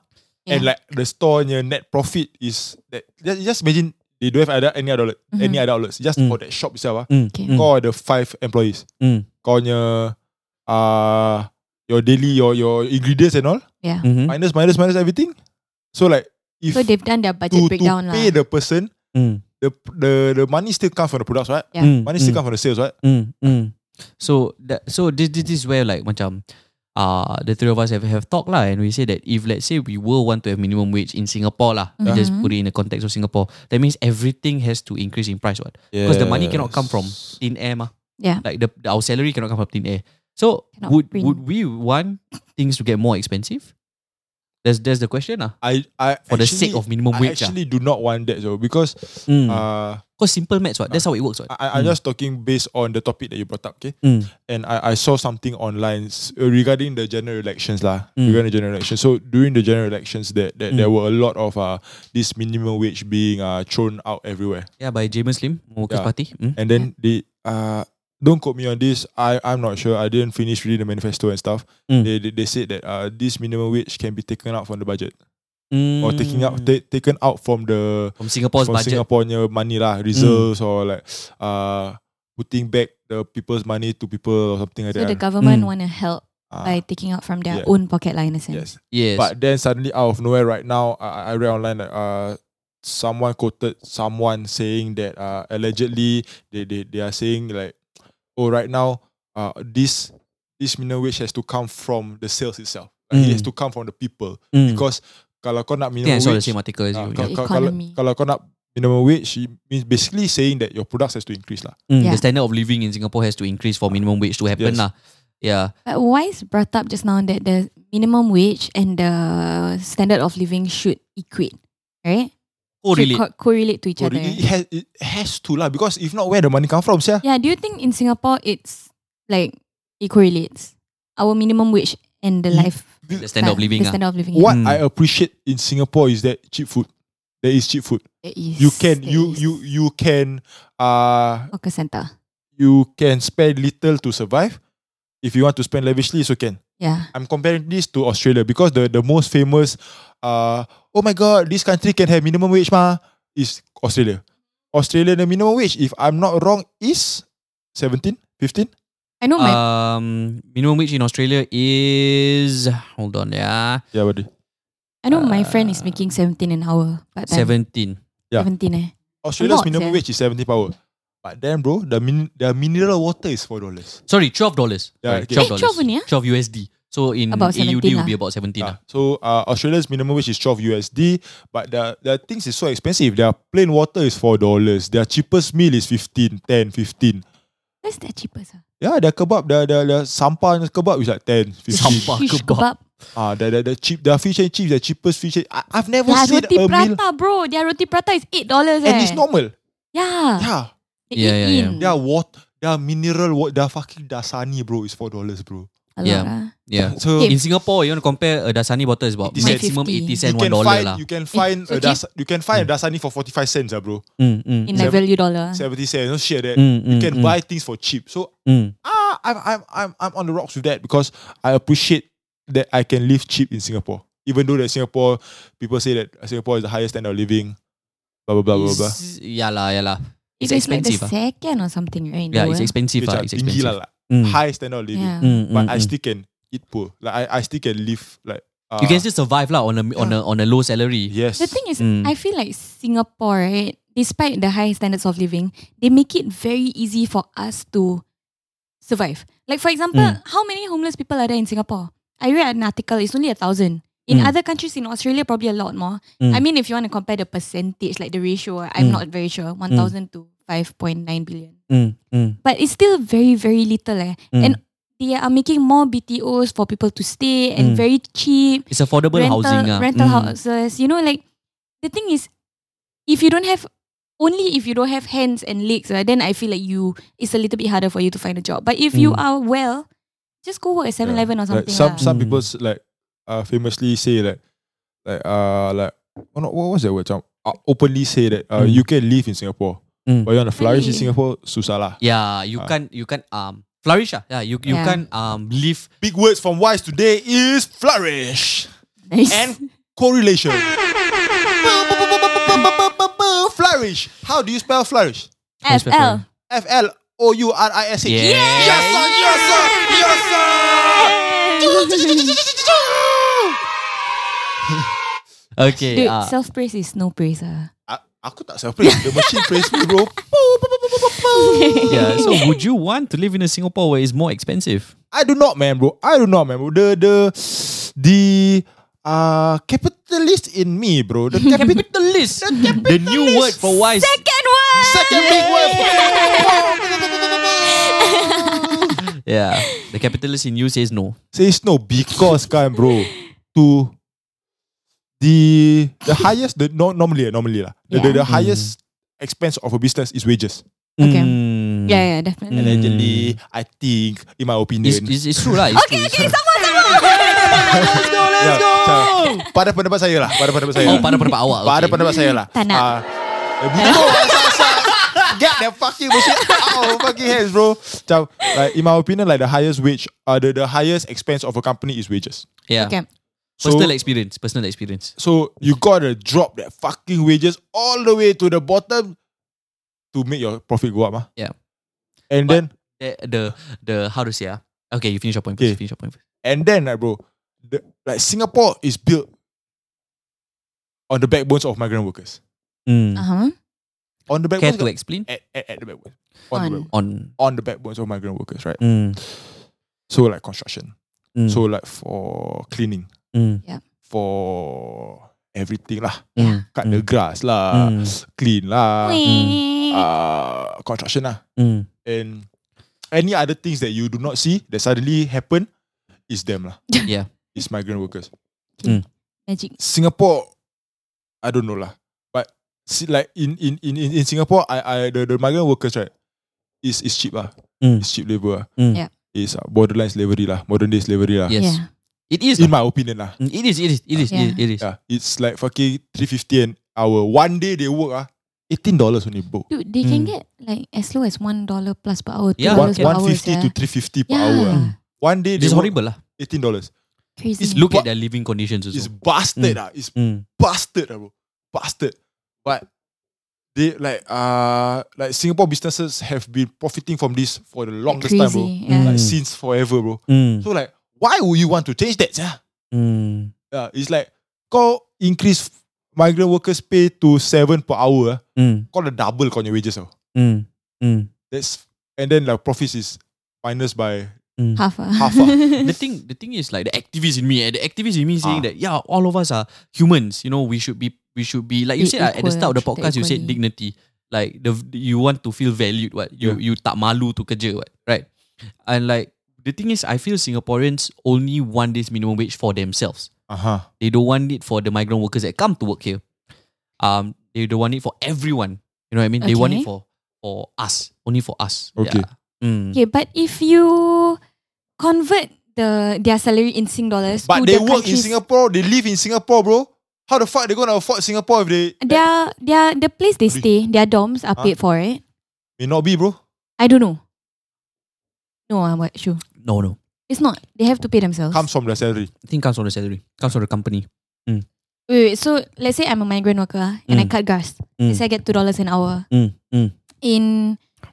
Speaker 4: And
Speaker 7: Yeah.
Speaker 4: like the store your net profit is that just, just imagine they don't have other, any other outlet,
Speaker 7: Mhm.
Speaker 4: any other outlets. Just
Speaker 2: Mm.
Speaker 4: for that shop itself, ah.
Speaker 2: Mm.
Speaker 7: Okay.
Speaker 2: Mm.
Speaker 4: Kau ada five employees.
Speaker 2: Mm.
Speaker 4: Kau punya uh, your daily your your ingredients and all
Speaker 7: Yeah.
Speaker 2: Mhm.
Speaker 4: minus minus minus everything. So like if
Speaker 7: Hmm? So they've done their budget
Speaker 4: to, to
Speaker 7: breakdown lah.
Speaker 4: pay the person,
Speaker 2: Mm.
Speaker 4: the the the money still comes from the products, right?
Speaker 7: Yeah.
Speaker 2: Mm.
Speaker 4: Money
Speaker 2: Mm.
Speaker 4: still comes from the sales, right?
Speaker 2: Mm, mm. So that so this this is where like macam uh the three of us have have talked lah, and we say that if let's say we will want to have minimum wage in Singapore lah, we just
Speaker 7: Mhm.
Speaker 2: put it in the context of Singapore, that means everything has to increase in price, what? Because the money cannot come from thin air, mah.
Speaker 7: Yeah.
Speaker 2: Like the, the- our salary cannot come from thin air. So
Speaker 7: Cannot
Speaker 2: would
Speaker 7: print.
Speaker 2: would we want things to get more expensive? That's that's the question lah.
Speaker 4: I I
Speaker 2: For the
Speaker 4: actually-
Speaker 2: sake of minimum
Speaker 4: I
Speaker 2: wage, ah.
Speaker 4: actually do not want that though because
Speaker 2: Mm.
Speaker 4: uh
Speaker 2: Cause simple maths, what? That's how it works, what?
Speaker 4: I I- I'm
Speaker 2: Mm.
Speaker 4: just talking based on the topic that you brought up, okay?
Speaker 2: Mm.
Speaker 4: And I, I saw something online s- uh, regarding the general elections lah.
Speaker 2: Mm.
Speaker 4: Regarding the general elections. So during the general elections that, that
Speaker 2: Mm.
Speaker 4: there were a lot of uh this minimum wage being uh thrown out everywhere.
Speaker 2: Yeah, by James Lim, Workers
Speaker 4: Yeah.
Speaker 2: Party. Mm.
Speaker 4: And then they uh don't quote me on this. I I'm not sure. I didn't finish reading the manifesto and stuff.
Speaker 2: Mm.
Speaker 4: They, they they said that uh this minimum wage can be taken out from the budget or
Speaker 2: Mm.
Speaker 4: taking out ta- taken out from the
Speaker 2: from Singapore's
Speaker 4: from
Speaker 2: budget.
Speaker 4: Singaporean money lah reserves or like uh putting back the people's money to people or something like
Speaker 7: So
Speaker 4: that.
Speaker 7: the government
Speaker 2: Mm.
Speaker 7: want to help
Speaker 4: Ah,
Speaker 7: by taking out from their
Speaker 4: Yeah.
Speaker 7: own pocket line, in a sense.
Speaker 4: yes.
Speaker 2: Yes.
Speaker 4: But then suddenly out of nowhere right now, I, I read online that uh, someone quoted someone saying that uh, allegedly they, they, they are saying like, oh right now uh, this this minimum wage has to come from the sales itself. Like, It
Speaker 2: Mm.
Speaker 4: has to come from the people
Speaker 2: Mm.
Speaker 4: because kalau kau nak
Speaker 2: I think I
Speaker 4: minimum
Speaker 2: saw the
Speaker 4: wage,
Speaker 2: same article as
Speaker 4: ah,
Speaker 2: you.
Speaker 4: kau-
Speaker 2: yeah.
Speaker 7: The
Speaker 4: kau- kalau,
Speaker 7: economy.
Speaker 4: kalau kau nak minimum wage, it means basically saying that your products has to increase lah.
Speaker 2: Mm, The
Speaker 7: Yeah.
Speaker 2: standard of living in Singapore has to increase for minimum wage to happen
Speaker 4: Yes.
Speaker 2: lah. Yeah.
Speaker 7: But Wise brought up just now that the minimum wage and the standard of living should equate, right?
Speaker 2: Oh
Speaker 7: should
Speaker 2: really?
Speaker 7: co- correlate to each
Speaker 4: So
Speaker 7: other.
Speaker 4: it, it has it has to lah because if not where the money come from, yeah.
Speaker 7: Yeah, do you think in Singapore it's like it correlates our minimum wage and the
Speaker 4: Mm.
Speaker 7: life
Speaker 2: The Hmm? standard of
Speaker 7: uh,
Speaker 2: living.
Speaker 7: The
Speaker 2: ah.
Speaker 7: standard of living. yeah.
Speaker 4: What
Speaker 2: Mm.
Speaker 4: I appreciate in Singapore is that cheap food. There is cheap food.
Speaker 7: There is-
Speaker 4: you can
Speaker 7: there
Speaker 4: you
Speaker 7: is
Speaker 4: you you can uh
Speaker 7: hawker center.
Speaker 4: you can spend little to survive if you want to spend lavishly so can
Speaker 7: Yeah,
Speaker 4: i'm comparing this to australia because the the most famous uh oh my god this country can have minimum wage ma is australia australia the minimum wage if i'm not wrong is 17 15
Speaker 7: I know my
Speaker 2: Um, minimum wage in Australia is hold on, yeah,
Speaker 4: yeah buddy
Speaker 7: I know my friend
Speaker 2: uh,
Speaker 7: is making seventeen an hour, but then
Speaker 2: seventeen.
Speaker 4: yeah.
Speaker 7: seventeen eh.
Speaker 4: australia's
Speaker 7: lot,
Speaker 4: minimum
Speaker 7: yeah.
Speaker 4: wage is 70 power but then bro the min the mineral water is four dollars
Speaker 2: Sorry, twelve dollars.
Speaker 4: Yeah, okay.
Speaker 2: twelve
Speaker 7: Eh,
Speaker 2: dollars.
Speaker 7: 12 only, ah?
Speaker 2: Twelve USD. So in
Speaker 7: About
Speaker 2: AUD
Speaker 7: 17
Speaker 2: will be
Speaker 7: lah.
Speaker 2: about seventeen.
Speaker 4: Yeah.
Speaker 2: ah.
Speaker 4: So uh, Australia's minimum wage is 12 USD, but the, the things is so expensive. Their plain water is four dollars. Their cheapest meal is 15, 10, 15.
Speaker 7: That's the cheapest. ah.
Speaker 4: Yeah, their kebab, their their, their sampah kebab is like 10, 15.
Speaker 2: Sampah. Fuck,
Speaker 7: Fish
Speaker 2: kebab.
Speaker 7: kebab.
Speaker 4: Ah, their, their, their cheap, their fish and chips, their cheapest fish. And, I, I've never
Speaker 7: Their
Speaker 4: seen
Speaker 7: roti
Speaker 4: a meal,
Speaker 7: prata, eh? bro. Their roti prata is eight dollars.
Speaker 4: and it's normal.
Speaker 7: Yeah.
Speaker 4: Yeah,
Speaker 7: They
Speaker 2: Yeah,
Speaker 7: eat
Speaker 2: yeah, yeah.
Speaker 7: in
Speaker 4: their water, their mineral water, their fucking dasani, bro, is four dollars, bro.
Speaker 7: A lot,
Speaker 2: Yeah.
Speaker 7: ah.
Speaker 2: Yeah.
Speaker 4: So
Speaker 7: Okay,
Speaker 2: In Singapore, you want to compare a Dasani bottle is about
Speaker 4: 80 cents.
Speaker 2: maximum
Speaker 7: 150.
Speaker 2: eighty
Speaker 4: you
Speaker 2: cent, one
Speaker 4: can
Speaker 2: dollar
Speaker 4: find
Speaker 2: lah.
Speaker 4: you can find
Speaker 7: Eh, so
Speaker 4: a
Speaker 7: cheap.
Speaker 4: das, you can find a dasani for 45 cents, ah, bro.
Speaker 2: Mm, mm,
Speaker 7: In like
Speaker 4: Seven-
Speaker 7: value dollar. ah.
Speaker 4: 70 cents, no shit that.
Speaker 2: mm,
Speaker 4: You
Speaker 2: mm,
Speaker 4: can
Speaker 2: mm,
Speaker 4: buy things for cheap. So
Speaker 2: mm.
Speaker 4: ah, I'm, I'm, I'm, I'm on the rocks with that because I appreciate that I can live cheap in Singapore. Even though that Singapore, people say that Singapore is the highest standard of living, blah, blah, blah, blah, blah.
Speaker 2: It's- Yeah lah, yeah lah. It's
Speaker 7: It is like the
Speaker 2: expensive.
Speaker 7: eh?
Speaker 2: ah.
Speaker 7: second or something, right? in the
Speaker 2: Yeah, it's
Speaker 7: world.
Speaker 2: expensive.
Speaker 4: Which are
Speaker 2: ah, It's
Speaker 4: tinggi
Speaker 2: expensive.
Speaker 4: lah, like,
Speaker 2: Mm.
Speaker 4: High standard of living.
Speaker 7: Yeah.
Speaker 2: Mm,
Speaker 4: But
Speaker 2: mm,
Speaker 4: I
Speaker 2: mm.
Speaker 4: still can eat poor. Like, I, I still can live, like, uh,
Speaker 2: you can still survive lah on a on a on a low salary.
Speaker 4: Yes.
Speaker 7: The thing is,
Speaker 2: Mm.
Speaker 7: I feel like Singapore, right? Despite the high standards of living, they make it very easy for us to
Speaker 2: Mm.
Speaker 7: survive. Like for example, how many homeless people are there in Singapore? I read an article. It's only a thousand. In
Speaker 2: Mm.
Speaker 7: other countries, in Australia, probably a lot more.
Speaker 2: Mm.
Speaker 7: I mean, if you want to compare the percentage, like the ratio, I'm
Speaker 2: Mm.
Speaker 7: not very sure, 1,000 to 5.9 billion.
Speaker 2: Mm, mm,
Speaker 7: But it's still very, very little. Eh.
Speaker 2: mm.
Speaker 7: And They are making more BTOs for people to stay
Speaker 2: Mm.
Speaker 7: and very cheap.
Speaker 2: it's affordable
Speaker 7: rental
Speaker 2: housing. ah.
Speaker 7: rental
Speaker 2: Mm.
Speaker 7: houses. You know, like, the thing is, if you don't have, only if you don't have hands and legs, right, then I feel like you, it's a little bit harder for you to find a job. But if you
Speaker 2: Mm.
Speaker 7: are well, just go work at 7 Eleven or something.
Speaker 4: Like some
Speaker 7: lah.
Speaker 4: some
Speaker 2: Mm.
Speaker 4: people s- like uh, famously say like like uh like what not, what was that word? Macam, uh, openly say that uh,
Speaker 2: Mm.
Speaker 4: you can live in Singapore,
Speaker 2: Mm.
Speaker 4: but you want to flourish in
Speaker 7: Really?
Speaker 4: Singapore, susah lah.
Speaker 2: Yeah, you
Speaker 4: Ah.
Speaker 2: can you can um flourish. ah. Yeah, you you
Speaker 7: Yeah.
Speaker 2: can um live.
Speaker 4: Big words from Wise today is flourish
Speaker 7: Nice.
Speaker 4: and correlation. flourish. How do you spell flourish?
Speaker 7: FL.
Speaker 4: F L O U R I S H.
Speaker 2: Yeah. Yeah.
Speaker 4: Yes, sir, yes, sir, yes, sir.
Speaker 2: Okay.
Speaker 7: Dude,
Speaker 2: ah.
Speaker 7: self praise is no praise. ah.
Speaker 4: A- Aku tak self praise. The machine praise me, bro.
Speaker 2: yeah. So would you want to live in a Singapore where it's more expensive?
Speaker 4: I do not, man, bro. I do not, man, bro. The the the uh capitalist in me, bro. The capitalist.
Speaker 2: Capitalist. the new word for wise.
Speaker 7: Second one!
Speaker 4: Second big word.
Speaker 2: Yeah. The capitalist in you says no.
Speaker 4: Says no because kan, bro. To the the highest the no, normally normally lah. The, the, the
Speaker 7: Yeah.
Speaker 4: highest expense of a business is wages.
Speaker 7: Okay.
Speaker 2: Mm.
Speaker 7: Yeah, yeah,
Speaker 2: Mm.
Speaker 7: definitely.
Speaker 4: Allegedly, I think, in my opinion.
Speaker 2: It's, it's, it's true lah. It's true, it's true.
Speaker 4: let's go. eh, pada pendapat saya lah, pada pendapat saya.
Speaker 2: Oh,
Speaker 4: lah.
Speaker 2: pada pendapat awak. Okay.
Speaker 4: Pada pendapat saya lah.
Speaker 7: Tak nak.
Speaker 4: Ah, eh, Betul asal-asal. Get the fucking machine out of fucking hands, bro. Macam, like, in my opinion, like the highest wage, uh, the, the highest expense of a company is wages.
Speaker 2: Yeah.
Speaker 7: Okay.
Speaker 4: So,
Speaker 2: Personal experience. Personal experience.
Speaker 4: so you gotta drop that fucking wages all the way to the bottom to make your profit go up, ah.
Speaker 2: Yeah.
Speaker 4: And then,
Speaker 2: But- The Eh, the, the how to say ah. Okay, you finish your point.
Speaker 4: Okay.
Speaker 2: First, finish your point. First.
Speaker 4: and then, like, bro, the, like Singapore is built on the backbones of migrant workers.
Speaker 2: Mm.
Speaker 7: Uh-huh.
Speaker 4: On the
Speaker 2: Care
Speaker 4: backbones,
Speaker 2: to explain
Speaker 4: at, at, at the backbone. On, the
Speaker 7: On.
Speaker 4: backbone.
Speaker 2: on.
Speaker 4: On the backbones of migrant workers, right?
Speaker 2: Mm.
Speaker 4: So like construction.
Speaker 2: Mm.
Speaker 4: So like for cleaning,
Speaker 2: Mm.
Speaker 4: for everything lah.
Speaker 2: Mm.
Speaker 4: Cut the grass lah,
Speaker 2: Mm.
Speaker 4: clean lah,
Speaker 7: Wee.
Speaker 4: uh, construction lah.
Speaker 2: Mm.
Speaker 4: And any other things that you do not see that suddenly happen is them lah.
Speaker 2: Yeah.
Speaker 4: It's migrant workers.
Speaker 7: Magic.
Speaker 4: Singapore, I don't know lah. But see, like in in in in in Singapore, I I the, the migrant workers right, is is cheap lah.
Speaker 2: Mm.
Speaker 4: It's cheap labor. Lah.
Speaker 2: Mm.
Speaker 7: Yeah.
Speaker 4: It's uh, borderline slavery lah, modern day slavery lah.
Speaker 2: Yes.
Speaker 7: Yeah.
Speaker 2: It is.
Speaker 4: In my opinion lah.
Speaker 2: Mm, It is. It is. It is.
Speaker 7: Yeah.
Speaker 2: It is. It is.
Speaker 4: Yeah, it's like fucking three fifty an hour. One day they work ah, eighteen dollars only bro.
Speaker 7: Dude, they can
Speaker 2: Mm.
Speaker 7: get like as low as one dollar plus per hour.
Speaker 2: Yeah.
Speaker 7: Yeah,
Speaker 4: One
Speaker 7: dollars per
Speaker 4: one
Speaker 7: hour.
Speaker 4: fifty to
Speaker 7: yeah.
Speaker 4: three fifty per
Speaker 7: Yeah.
Speaker 4: hour. ah.
Speaker 7: Mm.
Speaker 4: One day they
Speaker 2: It's
Speaker 4: work
Speaker 2: horrible lah.
Speaker 4: eighteen dollars.
Speaker 7: crazy.
Speaker 2: Just look
Speaker 4: But-
Speaker 2: at their living conditions
Speaker 4: It's
Speaker 2: also.
Speaker 4: bastard ah. It's
Speaker 2: Mm.
Speaker 4: bastard ah, bro. Bastard. But they like uh like Singapore businesses have been profiting from this for the longest
Speaker 7: crazy.
Speaker 4: time, bro.
Speaker 7: Yeah.
Speaker 4: Like
Speaker 2: Mm.
Speaker 4: since forever, bro.
Speaker 2: Mm.
Speaker 4: So like, why would you want to change that? Yeah,
Speaker 2: Mm.
Speaker 4: yeah. It's like kau increase migrant workers pay to seven per hour. ah,
Speaker 2: Mm.
Speaker 4: Kau dah double kau punya wages tau.
Speaker 2: Mm. Mm.
Speaker 4: That's and then like profits is minus by
Speaker 2: Mm.
Speaker 7: Half. ah.
Speaker 4: Half, ah.
Speaker 2: the thing the thing is like the activist in me eh, the activist in me saying
Speaker 4: Ah.
Speaker 2: that yeah all of us are humans you know we should be we should be like you
Speaker 7: Be
Speaker 2: said ah, at the
Speaker 7: equal,
Speaker 2: start of the
Speaker 7: treated
Speaker 2: podcast you said
Speaker 7: equally.
Speaker 2: dignity like the you want to feel valued what you you tak malu to kerja what right and like the thing is I feel Singaporeans only want this minimum wage for themselves
Speaker 4: uh-huh.
Speaker 2: they don't want it for the migrant workers that come to work here um they don't want it for everyone you know what I mean they want it
Speaker 7: Okay.
Speaker 2: for for us only for us
Speaker 4: Okay.
Speaker 2: yeah. Mm.
Speaker 7: Okay, but if you convert the their salary in Sing dollars,
Speaker 4: But
Speaker 7: to
Speaker 4: they
Speaker 7: the
Speaker 4: work in
Speaker 7: countries-
Speaker 4: Singapore, they live in Singapore, bro. How the fuck they gonna afford Singapore if they
Speaker 7: Their their the place they
Speaker 4: Sorry.
Speaker 7: stay, their dorms are
Speaker 4: Huh?
Speaker 7: paid for, right?
Speaker 4: may not be, bro?
Speaker 7: I don't know. No, I'm not sure.
Speaker 2: no no
Speaker 7: It's not. They have to pay themselves.
Speaker 4: Comes from their salary.
Speaker 2: I think comes from the salary comes from the company
Speaker 7: Wait, wait, so let's say I'm a migrant worker ah, and
Speaker 2: Mm.
Speaker 7: I cut grass. Let's say I get two dollars an hour.
Speaker 2: Mm, mm.
Speaker 7: In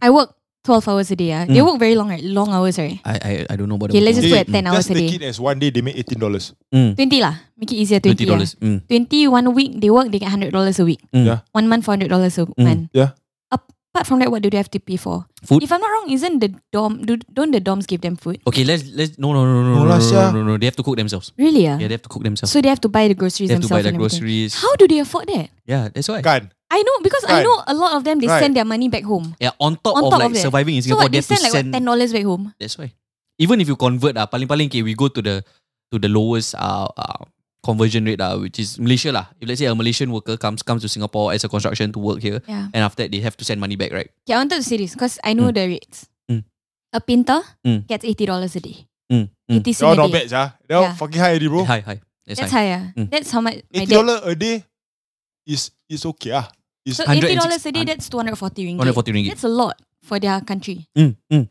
Speaker 7: I work twelve hours a day. Ah, They
Speaker 2: Mm.
Speaker 7: work very long, right? Long hours, right?
Speaker 2: I I, I don't know about
Speaker 7: Okay,
Speaker 2: the
Speaker 7: let's
Speaker 2: working
Speaker 7: just
Speaker 4: They-
Speaker 7: put at ten hours
Speaker 4: Just
Speaker 7: a
Speaker 4: take
Speaker 7: day.
Speaker 4: it as one day they make eighteen dollars.
Speaker 2: Mm.
Speaker 7: Twenty lah. Make it easier
Speaker 2: Twenty
Speaker 7: twenty. ah.
Speaker 2: dollars. Mm.
Speaker 7: 20 one week they work they get hundred dollars a week
Speaker 2: Mm.
Speaker 4: Yeah.
Speaker 7: one month four hundred dollars a
Speaker 2: Mm.
Speaker 7: month
Speaker 4: Yeah.
Speaker 7: up Apart from that, what do they have to pay for?
Speaker 2: Food?
Speaker 7: If I'm not wrong, isn't the dorm do don't the dorms give them food?
Speaker 2: Okay, let's let's no no no
Speaker 4: No
Speaker 2: no no no,
Speaker 4: lah,
Speaker 2: no,
Speaker 4: sia.
Speaker 2: no, no. They have to cook themselves.
Speaker 7: Really? ah?
Speaker 2: Yeah, they have to cook themselves.
Speaker 7: so they have to buy the groceries
Speaker 2: they have to buy
Speaker 7: themselves.
Speaker 2: their
Speaker 7: and everything.
Speaker 2: groceries.
Speaker 7: How do they afford that?
Speaker 2: Yeah, that's why.
Speaker 4: Kan?
Speaker 7: I know because
Speaker 4: Right.
Speaker 7: I know a lot of them they
Speaker 4: Right.
Speaker 7: send their money back home.
Speaker 2: Yeah, on top of
Speaker 7: On top
Speaker 2: like
Speaker 7: of that.
Speaker 2: surviving in
Speaker 7: So
Speaker 2: Singapore,
Speaker 7: what
Speaker 2: they
Speaker 7: they
Speaker 2: have to
Speaker 7: send like
Speaker 2: send.
Speaker 7: what ten dollars back home?
Speaker 2: That's why. Even if you convert, ah, paling paling okay, we go to the to the lowest uh, uh conversion rate ah, which is Malaysia lah. If let's say a Malaysian worker comes comes to Singapore as a construction to work here,
Speaker 7: Yeah.
Speaker 2: and after that they have to send money back, right?
Speaker 7: Okay, I wanted to say this because I know the rates.
Speaker 2: Mm.
Speaker 7: A painter
Speaker 2: Mm.
Speaker 7: gets eighty dollars a day.
Speaker 2: Mm, mm.
Speaker 4: That
Speaker 7: Eighty
Speaker 4: one
Speaker 7: cents a
Speaker 4: not
Speaker 7: day.
Speaker 4: bad, yeah. That one
Speaker 7: Yeah.
Speaker 4: fucking high already, bro.
Speaker 2: Hi hi. That's,
Speaker 7: That's
Speaker 2: high.
Speaker 7: high. ah.
Speaker 2: Mm.
Speaker 7: That's how much my
Speaker 4: Eighty
Speaker 7: dad.
Speaker 4: dollar a day is is okay ah. Is
Speaker 7: So
Speaker 2: hundred
Speaker 7: eighty
Speaker 2: and
Speaker 7: dollars
Speaker 2: six-
Speaker 7: a day, that's two hundred forty ringgit.
Speaker 2: 140 ringgit.
Speaker 7: That's a lot for their country.
Speaker 2: Mm, mm.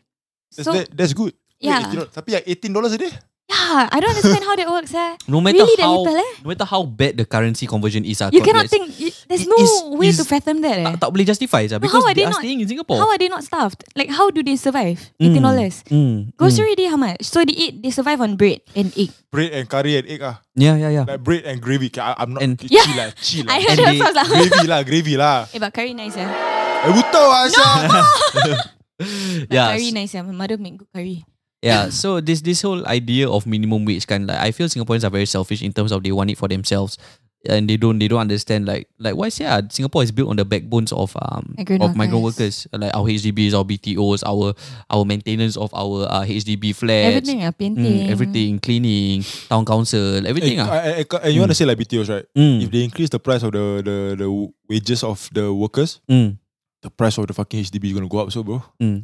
Speaker 4: that's,
Speaker 7: so
Speaker 4: that, that's good. Wait,
Speaker 7: yeah.
Speaker 4: $18. Tapi yang eighteen dollars a day.
Speaker 7: yeah, I don't understand how that works. Eh.
Speaker 2: No matter
Speaker 7: Really that
Speaker 2: how
Speaker 7: little eh?
Speaker 2: no matter how bad the currency conversion is, ah,
Speaker 7: You
Speaker 2: con-
Speaker 7: cannot
Speaker 2: let's-
Speaker 7: think. it- there's
Speaker 2: It
Speaker 7: no
Speaker 2: is-
Speaker 7: way
Speaker 2: is-
Speaker 7: to fathom that. Eh.
Speaker 2: tak, tak boleh justify sah,
Speaker 7: No,
Speaker 2: because
Speaker 7: how are
Speaker 2: they, are
Speaker 7: they not-
Speaker 2: staying in Singapore.
Speaker 7: how are they not starved? Like how do they survive?
Speaker 2: Mm,
Speaker 7: Eighty dollars.
Speaker 2: mm, mm.
Speaker 7: Grocery day how much? So they eat. They survive on bread and egg.
Speaker 4: Bread and curry and egg ah.
Speaker 2: Yeah, yeah, yeah.
Speaker 4: Like bread and gravy. Okay, I, I'm not
Speaker 2: And-
Speaker 4: chill lah,
Speaker 7: Yeah.
Speaker 4: chill lah.
Speaker 7: I heard
Speaker 2: And
Speaker 7: that
Speaker 2: they-
Speaker 7: sounds like.
Speaker 4: gravy lah, gravy lah.
Speaker 7: Eh, but curry nice. Eh.
Speaker 4: Eh, buta lah, Aisyah.
Speaker 7: But
Speaker 2: yeah,
Speaker 7: curry nice. Yeah. My mother make good curry.
Speaker 2: yeah. So this this whole idea of minimum wage kind like I feel Singaporeans are very selfish in terms of they want it for themselves. And they don't they don't understand like like why say ah, Singapore is built on the backbones of um
Speaker 7: Migrant
Speaker 2: of migrant workers
Speaker 7: workers.
Speaker 2: like our HDBs, our BTOs, our our maintenance of our uh, HDB flats,
Speaker 7: everything. Yeah, painting.
Speaker 2: Mm, everything, cleaning, town council,
Speaker 4: Eh,
Speaker 2: everything ah.
Speaker 4: eh, eh, eh, And you want to say like BTOs, right? If
Speaker 2: Mm,
Speaker 4: they increase the price of the, the the wages of the workers,
Speaker 2: mm,
Speaker 4: the price of the fucking HDB is gonna go up, so bro.
Speaker 2: mm.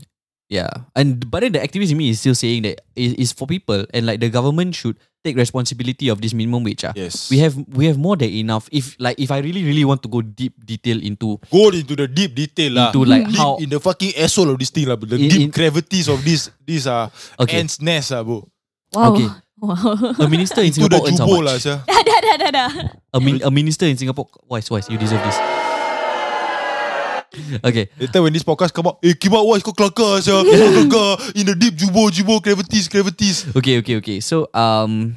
Speaker 2: Yeah, and but then the activist in me is still saying that it is for people and like the government should take responsibility of this minimum wage. Ah.
Speaker 4: Yes.
Speaker 2: we have we have more than enough if like if i really really want to go deep detail into
Speaker 4: go into the deep detail lah.
Speaker 2: into like
Speaker 4: Deep
Speaker 2: how
Speaker 4: in the fucking asshole of this thing lah, the
Speaker 2: In-
Speaker 4: deep
Speaker 2: in-
Speaker 4: gravities of this this uh
Speaker 2: okay
Speaker 4: ants nest lah, bro.
Speaker 7: Wow.
Speaker 2: Okay.
Speaker 7: Wow.
Speaker 2: a minister in
Speaker 4: To the
Speaker 2: singapore earns how
Speaker 4: jubo lah,
Speaker 2: much
Speaker 4: sia.
Speaker 7: da da da da da.
Speaker 2: a, min, a minister in singapore wise wise you deserve this okay
Speaker 4: Later when this podcast come out, eh, keep out watch kau kelakar, sia. Kau kelakar in the deep jubo, jubo, gravities, gravities.
Speaker 2: okay okay okay so um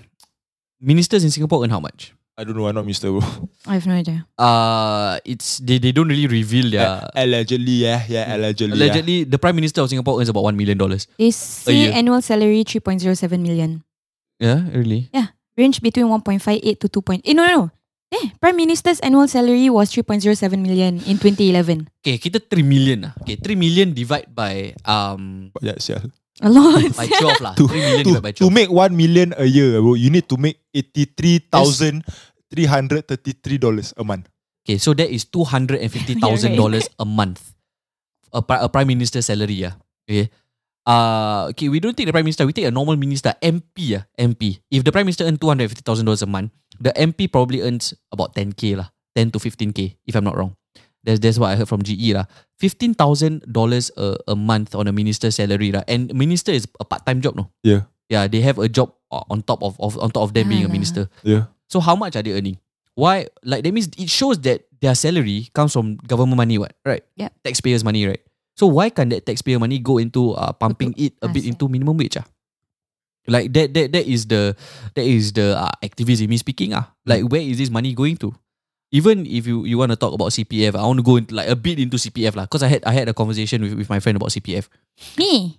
Speaker 2: ministers in singapore earn how much
Speaker 4: I don't know, I'm not Mister, bro.
Speaker 7: I have no idea.
Speaker 2: uh it's they, they don't really reveal their
Speaker 4: Allegedly, yeah, yeah, allegedly. yeah.
Speaker 2: allegedly the prime minister of singapore earns about 1 million dollars
Speaker 7: They
Speaker 2: year.
Speaker 7: say annual salary 3.07 million.
Speaker 2: yeah really
Speaker 7: Range between 1.58 to 2. Point, eh, no, no, no. Eh, Prime Minister's annual salary was 3.07 million in 2011.
Speaker 2: okay kita 3 million lah okay 3 million divide by um
Speaker 4: Yeah, sia.
Speaker 7: A lot.
Speaker 2: by 12 lah
Speaker 4: To-
Speaker 2: 3 million
Speaker 4: to,
Speaker 2: divide by 12
Speaker 4: to make 1 million a year, bro, you need to make $83,333 a month.
Speaker 2: Okay, so that is two hundred and fifty thousand dollars a month, a, pri- a prime minister salary. Yeah. Okay. Uh, okay, we don't take the prime minister. We take a normal minister, MP. Yeah, MP. If the prime minister earns two hundred fifty thousand dollars a month, the MP probably earns about ten k lah, ten to fifteen k, if I'm not wrong. That's that's what I heard from GE lah. Fifteen thousand dollars a a month on a minister salary lah, and minister is a part time job no.
Speaker 4: Yeah.
Speaker 2: Yeah, they have a job uh, on top of, of on top of them being a
Speaker 7: Alah.
Speaker 2: minister.
Speaker 4: Yeah.
Speaker 2: So how much are they earning? Why? Like that means it shows that their salary comes from government money, what? Right?
Speaker 7: Yep.
Speaker 2: Taxpayers' money, right? So why can't that taxpayer money go into uh, pumping it a bit
Speaker 7: asset.
Speaker 2: into minimum wage? Ah? Like that, that, that is the that is the uh, activism me speaking. Ah, like where is this money going to? Even if you, you want to talk about CPF, I want to go into like a bit into CPF lah. Cause I had I had a conversation with, with my friend about CPF.
Speaker 7: Me?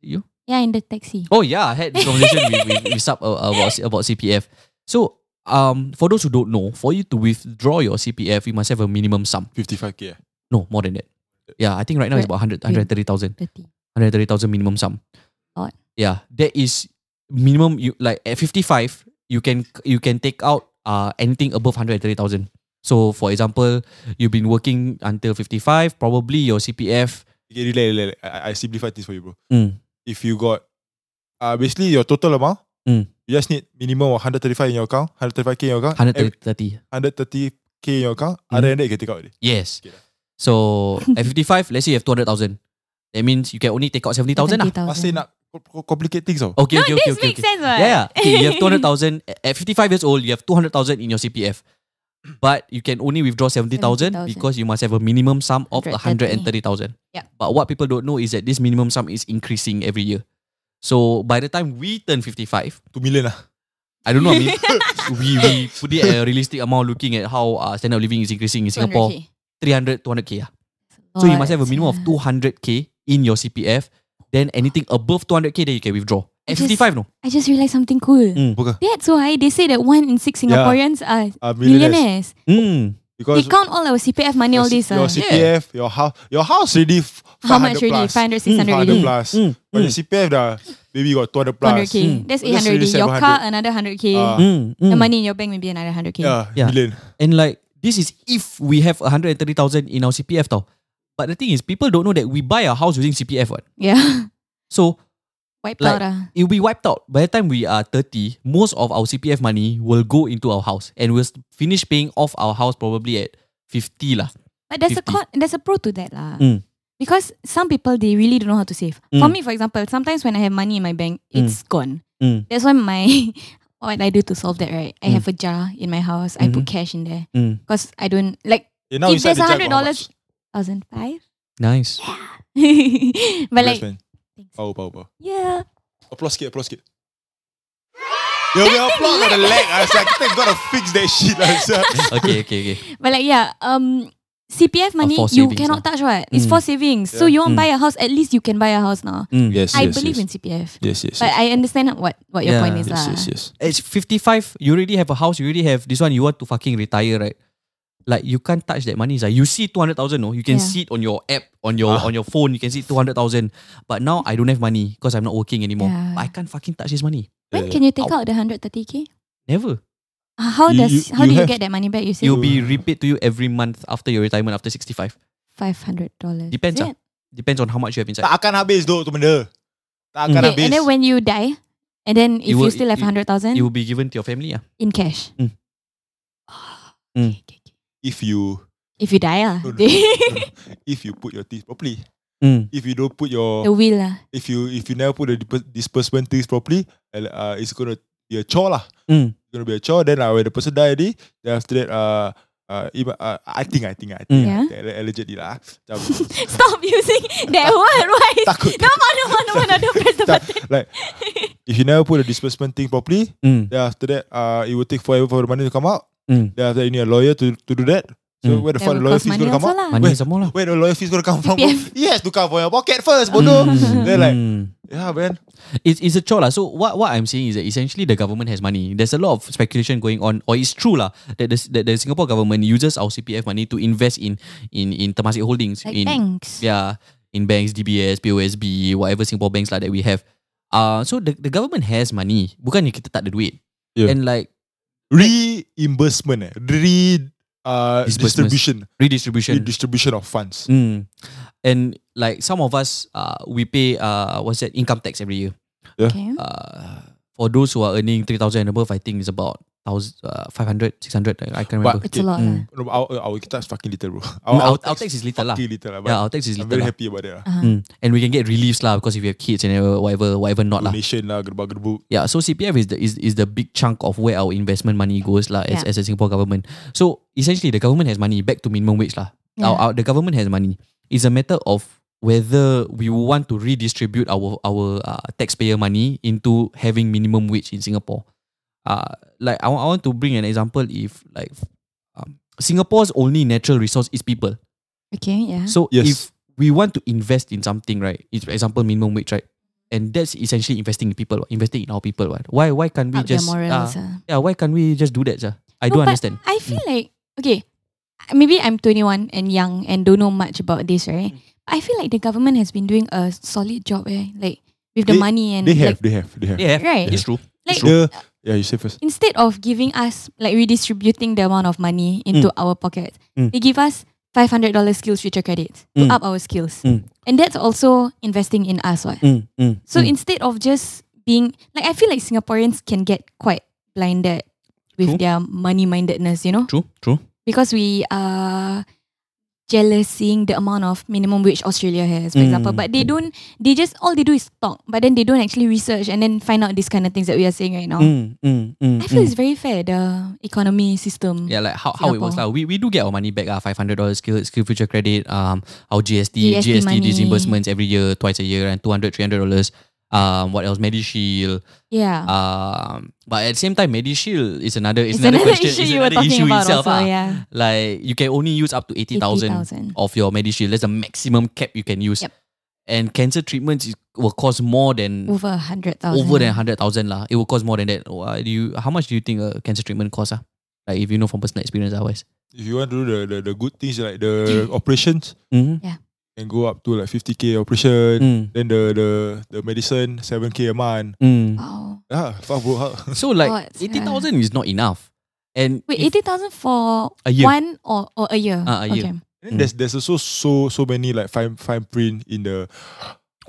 Speaker 2: You?
Speaker 7: Yeah, in the taxi.
Speaker 2: Oh yeah, I had this conversation with, with, with Sub uh, about about CPF. So um, for those who don't know, for you to withdraw your CPF, you must have a minimum sum.
Speaker 4: 55k. eh?
Speaker 2: No, more than that. Yeah, I think right now it's about 100, 130,000.
Speaker 7: 30.
Speaker 2: 130,000 minimum sum.
Speaker 7: Lot.
Speaker 2: Yeah, that is minimum. You like at 55, you can you can take out uh anything above 130,000. So for example, you've been working until 55, probably your CPF.
Speaker 4: Okay, relax, relax, relax. I, I- I simplified this for you, bro.
Speaker 2: Mm,
Speaker 4: If you got, uh, basically your total amount,
Speaker 2: Mm.
Speaker 4: you just need minimum of 135 in your account, 135k in your account,
Speaker 2: 130.
Speaker 4: every- 130k in your account. Other than that, you can take out. already.
Speaker 2: Yes.
Speaker 4: Okay lah.
Speaker 2: So at 55, let's say you have 200,000. That means you can only take out 70,000 lah.
Speaker 7: 70,000.
Speaker 4: Masih nak co- co- complicate things tau.
Speaker 2: Okay,
Speaker 7: No,
Speaker 2: okay, okay,
Speaker 7: this
Speaker 2: okay,
Speaker 7: makes
Speaker 2: okay.
Speaker 7: sense, what?
Speaker 2: Yeah, yeah. Okay, you have 200,000. At 55 years old, you have 200,000 in your CPF. But you can only withdraw 70,000
Speaker 7: 70,000.
Speaker 2: because you must have a minimum sum of
Speaker 7: 130,000.
Speaker 2: 130,000.
Speaker 7: Yeah.
Speaker 2: But what people don't know is that this minimum sum is increasing every year. So by the time we turn 55,
Speaker 4: 2 million ah. lah.
Speaker 2: I don't know, I mean, we, we put it at a realistic amount looking at how uh, standard of living is increasing in Singapore. 300, 200K. ah. So you must have a minimum of 200k in your CPF. Then anything above 200k, then you can withdraw. At
Speaker 7: Just-
Speaker 2: 55, no.
Speaker 7: I just realized something cool.
Speaker 2: Mm.
Speaker 4: Bukan.
Speaker 7: That's why they say that one in six
Speaker 4: Yeah.
Speaker 7: Singaporeans are
Speaker 4: Uh, millionaires.
Speaker 7: millionaires.
Speaker 2: Mm.
Speaker 7: They
Speaker 4: Because
Speaker 7: count all our CPF money,
Speaker 4: your,
Speaker 7: all this.
Speaker 4: your
Speaker 7: Uh.
Speaker 2: C-
Speaker 4: CPF, your house, your house already f-
Speaker 7: How much
Speaker 4: 500
Speaker 7: already?
Speaker 4: plus.
Speaker 2: Hmm,
Speaker 7: 500, 600
Speaker 4: 500
Speaker 7: already.
Speaker 4: plus.
Speaker 2: Mm.
Speaker 4: But
Speaker 2: Mm.
Speaker 4: the CPF dah, maybe got 200 plus.
Speaker 7: 200k.
Speaker 2: Hmm.
Speaker 7: That's
Speaker 4: That's
Speaker 7: 800
Speaker 4: really
Speaker 7: Your car,
Speaker 4: 700.
Speaker 7: another 100k.
Speaker 4: Ah.
Speaker 2: Mm.
Speaker 7: The
Speaker 2: Mm.
Speaker 7: money in your bank, maybe another 100k.
Speaker 4: Yeah,
Speaker 2: Yeah.
Speaker 4: million.
Speaker 2: And like, this is if we have 130,000 in our CPF tau. But the thing is, people don't know that we buy a house using CPF what.
Speaker 7: Yeah.
Speaker 2: So
Speaker 7: Wipe
Speaker 2: Like-
Speaker 7: out. Uh.
Speaker 2: it'll be wiped out. By the time we are 30, most of our CPF money will go into our house and we'll s- finish paying off our house probably at 50 lah.
Speaker 7: But there's a
Speaker 2: 50.
Speaker 7: con, there's a pro to that lah.
Speaker 2: Mm.
Speaker 7: Because some people they really don't know how to save. For
Speaker 2: Mm.
Speaker 7: me, for example, sometimes when I have money in my bank, it's gone.
Speaker 2: Mm.
Speaker 7: That's why my what I do to solve that, right? I have a jar in my house. I
Speaker 2: Mhm.
Speaker 7: put cash in there
Speaker 2: Mm.
Speaker 7: because I don't like
Speaker 4: Eh, now
Speaker 7: If
Speaker 4: inside the
Speaker 7: there's
Speaker 4: jar
Speaker 7: $100
Speaker 4: got how much?
Speaker 7: thousand five.
Speaker 2: Nice.
Speaker 7: but like
Speaker 4: Investment. Power, power, power.
Speaker 7: yeah,
Speaker 4: Applause sikit, applause sikit. Yo, we applause got a lag. ah, I was like, they gotta fix that shit. ah, I was like,
Speaker 2: okay, okay, okay.
Speaker 7: but like yeah, um. CPF money
Speaker 2: for
Speaker 7: you
Speaker 2: savings
Speaker 7: cannot touch what it's
Speaker 2: Mm.
Speaker 7: for savings so
Speaker 4: Yeah.
Speaker 7: you want
Speaker 2: Mm.
Speaker 7: buy a house at least you can buy a house now
Speaker 2: Mm.
Speaker 4: yes,
Speaker 7: I believe in CPF
Speaker 4: Yes, yes,
Speaker 7: but I understand what what your
Speaker 2: Yeah.
Speaker 7: point is lah
Speaker 4: yes.
Speaker 2: It's 55, you already have a house, you already have this one, you want to fucking retire, right? Like you can't touch that money. It's like you see 200,000, no? You can
Speaker 7: Yeah.
Speaker 2: see it on your app, on your
Speaker 4: Ah.
Speaker 2: on your phone, you can see 200,000. But now I don't have money because I'm not working anymore.
Speaker 7: Yeah.
Speaker 2: But I can't fucking touch this money.
Speaker 7: when can you take out the 130k
Speaker 2: Never.
Speaker 7: Uh, How
Speaker 4: You-
Speaker 7: does
Speaker 4: you-
Speaker 7: how
Speaker 4: you
Speaker 7: do you
Speaker 4: have-
Speaker 7: get that money back? You say
Speaker 2: It'll be repaid to you every month after your retirement after 65.
Speaker 7: five hundred dollars.
Speaker 2: Depends ah. Depends on how much you have inside.
Speaker 4: Tak akan habis doh tu benda. Tak akan
Speaker 2: Mm.
Speaker 4: habis.
Speaker 7: and then when you die, and then
Speaker 2: It
Speaker 7: if you
Speaker 2: will-
Speaker 7: still have
Speaker 2: it-
Speaker 7: hundred thousand
Speaker 2: It will be given to your family. Yeah.
Speaker 7: in cash.
Speaker 2: Mm.
Speaker 7: Ah,
Speaker 2: Mm.
Speaker 7: okay, okay, okay.
Speaker 4: if you
Speaker 7: If you die, ah,
Speaker 4: No, no,
Speaker 7: the
Speaker 4: if you put your teeth properly,
Speaker 2: Mm.
Speaker 4: if you don't put your
Speaker 7: the will ah.
Speaker 4: if you if you never put the dis- disbursement things properly, and, uh, it's gonna be a chore lah.
Speaker 2: Mm.
Speaker 4: It's gonna be a chore. Then uh, when the person die already, then after that, uh, uh, if, uh I think I think I think,
Speaker 7: Yeah.
Speaker 4: I think alle- allegedly lah. Macam,
Speaker 7: Stop using that word. Why? is-
Speaker 4: Takut.
Speaker 7: No more, no more, no more, no more. Press the
Speaker 4: Tak.
Speaker 7: button.
Speaker 4: like if you never put the disbursement thing properly,
Speaker 2: Mm.
Speaker 4: then after that, uh, it will take forever for the money to come out.
Speaker 2: Mm.
Speaker 7: Hmm.
Speaker 4: Then after that, you need a lawyer to to do that. So
Speaker 2: Mm.
Speaker 4: where the
Speaker 7: That
Speaker 4: fuck the
Speaker 7: will
Speaker 4: lawyer
Speaker 7: cost
Speaker 4: fees
Speaker 7: money
Speaker 4: gonna come
Speaker 7: also
Speaker 4: out?
Speaker 7: lah.
Speaker 2: Money some more lah.
Speaker 4: Where the lawyer fees gonna come from?
Speaker 7: CPF.
Speaker 4: Yes, to come from your pocket first, bodoh. Then like,
Speaker 2: Mm.
Speaker 4: yeah, man.
Speaker 2: it's, it's a chore lah. So what, what I'm saying is that essentially the government has money. There's a lot of speculation going on, or it's true lah that the, that the Singapore government uses our CPF money to invest in in in Temasek Holdings,
Speaker 7: Like
Speaker 2: in
Speaker 7: thanks.
Speaker 2: yeah, in banks, DBS, POSB, whatever Singapore banks lah that we have. Uh, so the, the government has money. Bukannya kita tak ada duit.
Speaker 4: Yeah.
Speaker 2: And like
Speaker 4: reimbursement, eh? re uh,
Speaker 2: Disbursements.
Speaker 4: distribution,
Speaker 2: redistribution.
Speaker 4: redistribution of funds.
Speaker 2: Mm. And like some of us, uh, we pay uh, what's that income tax every year.
Speaker 7: Okay.
Speaker 2: Uh, for those who are earning three thousand and above, I think it's about 1,000, uh, 500, 600. I, I can't remember.
Speaker 7: It's a lot. lah.
Speaker 4: No, but our, our guitar is fucking little, bro.
Speaker 2: our- our tax is little lah.
Speaker 4: Fucking little lah. But
Speaker 2: yeah, our tax is
Speaker 4: I'm
Speaker 2: little.
Speaker 4: very
Speaker 2: lah.
Speaker 4: happy about eh. that. lah.
Speaker 7: Uh-huh.
Speaker 2: Mm. And we can get reliefs lah because if you have kids and whatever, whatever, whatever not lah.
Speaker 4: Donation lah, gerbak gerbu.
Speaker 2: Yeah, so CPF is the is, is the big chunk of where our investment money goes lah as,
Speaker 7: Yeah.
Speaker 2: as a Singapore government. So essentially the government has money back to minimum wage lah. Our,
Speaker 7: Yeah.
Speaker 2: our, the government has money. It's a matter of whether we want to redistribute our our uh, taxpayer money into having minimum wage in Singapore. Uh, like I, want- I want to bring an example if like um, Singapore's only natural resource is people.
Speaker 7: Okay. Yeah.
Speaker 2: So
Speaker 4: Yes.
Speaker 2: if we want to invest in something, right? It's for example minimum wage, right? And that's essentially investing in people, what? investing in our people. What? Why? Why can't we
Speaker 7: Up their
Speaker 2: just
Speaker 7: morals.
Speaker 2: ah,
Speaker 7: ah.
Speaker 2: yeah? Why can't we just do that, sir? I
Speaker 7: No,
Speaker 2: don't
Speaker 7: but
Speaker 2: understand. Mm.
Speaker 7: I feel like okay, maybe I'm 21 and young and don't know much about this, right?
Speaker 2: Mm.
Speaker 7: But I feel like the government has been doing a solid job, eh? Like with
Speaker 4: They-
Speaker 7: the money and
Speaker 4: They have,
Speaker 7: like,
Speaker 4: they have, they have.
Speaker 2: Yeah,
Speaker 7: Right.
Speaker 2: it's true.
Speaker 7: like
Speaker 4: The, yeah, you say first.
Speaker 7: instead of giving us like redistributing the amount of money into our pockets,
Speaker 2: Mm.
Speaker 7: they give us five hundred dollars skills future credits
Speaker 2: Mm.
Speaker 7: to up our skills,
Speaker 2: Mm.
Speaker 7: and that's also investing in us, what? So
Speaker 2: mm.
Speaker 7: instead of just being like, I feel like Singaporeans can get quite blinded
Speaker 2: True.
Speaker 7: with their money mindedness, you know.
Speaker 2: true, true.
Speaker 7: because we are jealous seeing the amount of minimum wage Australia has, for
Speaker 2: Mm.
Speaker 7: example. But they don't. They just all they do is talk, but then they don't actually research and then find out these kind of things that we are saying right
Speaker 2: Mm,
Speaker 7: now. I feel it's very fair the economy system.
Speaker 2: Yeah, like how, how it works. Like, we, we do get our money back, uh, $500 skill, skill future credit, um, our GST,
Speaker 7: GST
Speaker 2: GST,
Speaker 7: money.
Speaker 2: disbursements every year, twice a year, and $200, $300. Um, what else? MediShield.
Speaker 7: Yeah.
Speaker 2: Um, but at the same time, MediShield is another is
Speaker 7: it's
Speaker 2: another,
Speaker 7: another
Speaker 2: question.
Speaker 7: issue
Speaker 2: is
Speaker 7: you were
Speaker 2: another
Speaker 7: talking
Speaker 2: issue
Speaker 7: about
Speaker 2: itself.
Speaker 7: also.
Speaker 2: ah.
Speaker 7: Yeah.
Speaker 2: Like you can only use up to eighty thousand
Speaker 7: 80,000.
Speaker 2: of your MediShield. That's the maximum cap you can use.
Speaker 7: Yep.
Speaker 2: And cancer treatments is- will cost more than
Speaker 7: Over a hundred thousand.
Speaker 2: over than hundred thousand lah. It will cost more than that. Why do you? How much do you think a cancer treatment costs? Ah, like if you know from personal experience, otherwise.
Speaker 4: If you want to do the, the, the good things like the operations,
Speaker 2: Mm-hmm.
Speaker 4: can go up to like 50k operation.
Speaker 2: Mm.
Speaker 4: Then the, the the medicine 7k a month.
Speaker 2: Mm.
Speaker 7: Wow.
Speaker 4: Ah, fuck bro. how-
Speaker 2: So like
Speaker 7: Oh, it's-
Speaker 2: eighty thousand is not enough. And
Speaker 7: Wait,
Speaker 2: if-
Speaker 7: eighty thousand for
Speaker 2: A year.
Speaker 7: one or, or a year?
Speaker 2: Ah, a year.
Speaker 7: Okay.
Speaker 4: And There's there's also so so many like fine fine print in the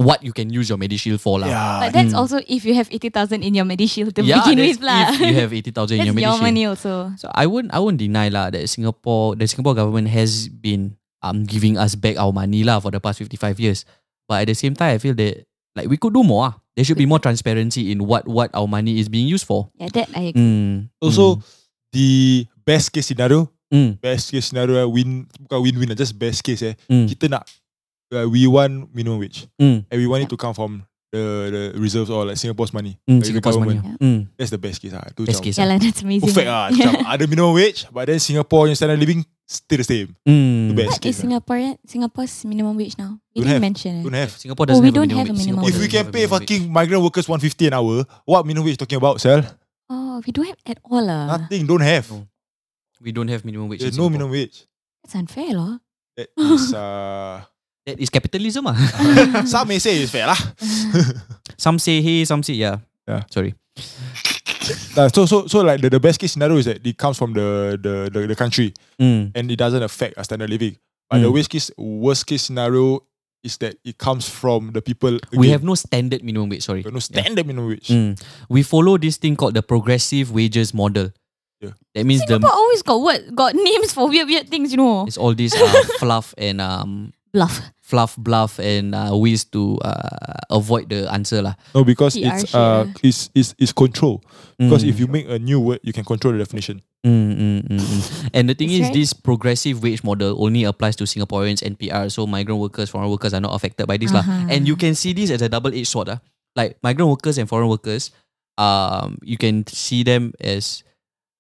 Speaker 2: what you can use your MediShield for lah.
Speaker 7: But that's
Speaker 2: Mm.
Speaker 7: also if you have eighty thousand in your medishield to
Speaker 2: Yeah,
Speaker 7: begin
Speaker 2: that's
Speaker 7: with, lah.
Speaker 2: If you have eighty thousand in
Speaker 7: that's
Speaker 2: your
Speaker 7: your,
Speaker 2: MediShield.
Speaker 7: money also.
Speaker 2: So I won't I won't deny lah that Singapore the Singapore government has been um giving us back our money lah for the past fifty five years. But at the same time, I feel that like we could do more. Ah. There should be more transparency in what what our money is being used for.
Speaker 7: Yeah, that I agree.
Speaker 2: Mm.
Speaker 4: also the best case scenario.
Speaker 2: Mm.
Speaker 4: Best case scenario eh, win bukan win win just best case eh.
Speaker 2: Mm.
Speaker 4: Kita nak uh, we want minimum wage
Speaker 2: Mm.
Speaker 4: and we want it to come from the, the reserves or like Singapore's money.
Speaker 2: Mm,
Speaker 4: Like the
Speaker 2: Singapore's money.
Speaker 4: government.
Speaker 2: ah. Mm.
Speaker 4: That's the best case ah. Tu
Speaker 2: Best
Speaker 4: macam
Speaker 2: case.
Speaker 7: Yeah,
Speaker 2: ah.
Speaker 7: lah, that's amazing.
Speaker 4: Perfect ah. Macam ada minimum wage but then Singapore yang standard living still the same. The
Speaker 2: Mm.
Speaker 4: best
Speaker 7: What is
Speaker 4: case. ah.
Speaker 7: Singaporean Singapore's minimum wage now? We
Speaker 4: Don't
Speaker 7: didn't
Speaker 4: have.
Speaker 7: mention it.
Speaker 4: Don't have.
Speaker 2: Singapore
Speaker 7: Oh,
Speaker 2: doesn't
Speaker 7: we
Speaker 2: have,
Speaker 7: don't
Speaker 2: a
Speaker 7: have
Speaker 2: minimum
Speaker 7: a
Speaker 2: wage.
Speaker 7: minimum
Speaker 2: Singapore
Speaker 4: If we
Speaker 2: doesn't
Speaker 4: can
Speaker 2: have a
Speaker 4: pay
Speaker 2: Mm. minimum wage. Uh-huh.
Speaker 4: fucking migrant workers 150 an hour, what minimum wage you talking about, sir?
Speaker 7: Oh, we don't have at all, lah.
Speaker 4: Nothing. Don't have.
Speaker 2: No. we don't have minimum wage. in
Speaker 4: There's no
Speaker 2: Singapore.
Speaker 4: minimum wage.
Speaker 7: That's unfair, lah.
Speaker 4: That is, uh,
Speaker 2: That is capitalism ah.
Speaker 4: some may say it's fair lah.
Speaker 2: some say hey, some say yeah.
Speaker 4: Yeah.
Speaker 2: Sorry.
Speaker 4: Nah, so so so like the, the best case scenario is that it comes from the the, the, the country
Speaker 2: Mm.
Speaker 4: and it doesn't affect our standard living. But the
Speaker 2: Mm.
Speaker 4: worst case worst case scenario is that it comes from the people.
Speaker 2: We
Speaker 4: again.
Speaker 2: have no standard minimum wage. Sorry.
Speaker 4: Got no standard minimum wage.
Speaker 2: Mm. We follow this thing called the progressive wages model.
Speaker 4: Yeah.
Speaker 2: That means
Speaker 4: Um,
Speaker 7: Singapore always got what got names for weird weird things, you know.
Speaker 2: the it's all this uh, fluff and um
Speaker 7: Bluff.
Speaker 2: fluff bluff and uh, ways to uh, avoid the answer lah.
Speaker 4: No, because
Speaker 7: PR
Speaker 4: it's
Speaker 7: shit,
Speaker 4: uh
Speaker 7: yeah.
Speaker 4: it's, it's it's control. Because
Speaker 2: Mm.
Speaker 4: if you make a new word, you can control the definition.
Speaker 2: Mm, mm, mm, mm. And the thing is,
Speaker 7: That's right.
Speaker 2: this progressive wage model only applies to Singaporeans and PR. So migrant workers, foreign workers are not affected by this lah.
Speaker 7: Uh-huh.
Speaker 2: And you can see this as a double-edged sword. Ah, like migrant workers and foreign workers, um, you can see them as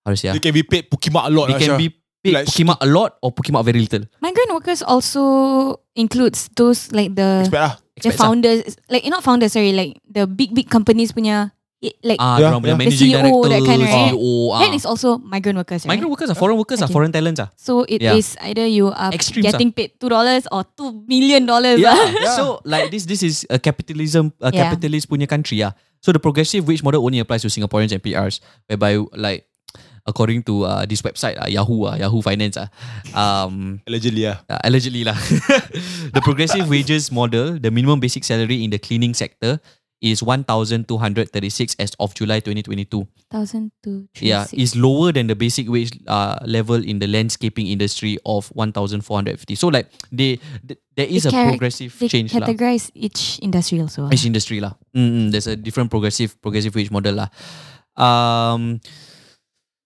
Speaker 2: how to say. ah,
Speaker 4: They can be paid pukimak a lot.
Speaker 2: They
Speaker 4: lah,
Speaker 2: can
Speaker 4: Syah.
Speaker 2: be paid
Speaker 4: Like
Speaker 2: pukimak a lot or pukimak very little.
Speaker 7: Migrant workers also includes those like the
Speaker 4: expect lah.
Speaker 7: the
Speaker 2: Expats ah.
Speaker 7: founders, like eh, not founders, sorry, like the big big companies punya, i- like
Speaker 2: Ah,
Speaker 4: Yeah,
Speaker 2: yeah, yeah.
Speaker 4: yeah.
Speaker 2: managing
Speaker 7: The CEO,
Speaker 2: director,
Speaker 7: that kind, right?
Speaker 2: CEO. Ah.
Speaker 7: that is also migrant workers, right?
Speaker 2: Migrant workers are foreign workers are
Speaker 7: Okay.
Speaker 2: foreign talents ah.
Speaker 7: so it is
Speaker 2: Yeah.
Speaker 7: either you are
Speaker 2: Extremes
Speaker 4: ah.
Speaker 7: getting paid two dollars or two million dollars. ah.
Speaker 2: So like this, this is a capitalism, a
Speaker 7: Yeah.
Speaker 2: capitalist punya country ah. So the progressive wage model only applies to Singaporeans and PRs, whereby like according to uh, this website ah, Yahoo ah, Yahoo Finance ah, um,
Speaker 4: Allegedly, yeah.
Speaker 2: uh, allegedly lah, the progressive wages model, the minimum basic salary in the cleaning sector is one thousand two hundred thirty six as of July twenty twenty two.
Speaker 7: Thousand two three
Speaker 2: yeah,
Speaker 7: six.
Speaker 2: is lower than the basic wage uh, level in the landscaping industry of 1,450. So like they, th- there is
Speaker 7: They
Speaker 2: a
Speaker 7: charac-
Speaker 2: progressive
Speaker 7: They
Speaker 2: change lah.
Speaker 7: categorize each industry also. ah.
Speaker 2: Each industry lah. Mm, mm, there's a different progressive progressive wage model lah. Um,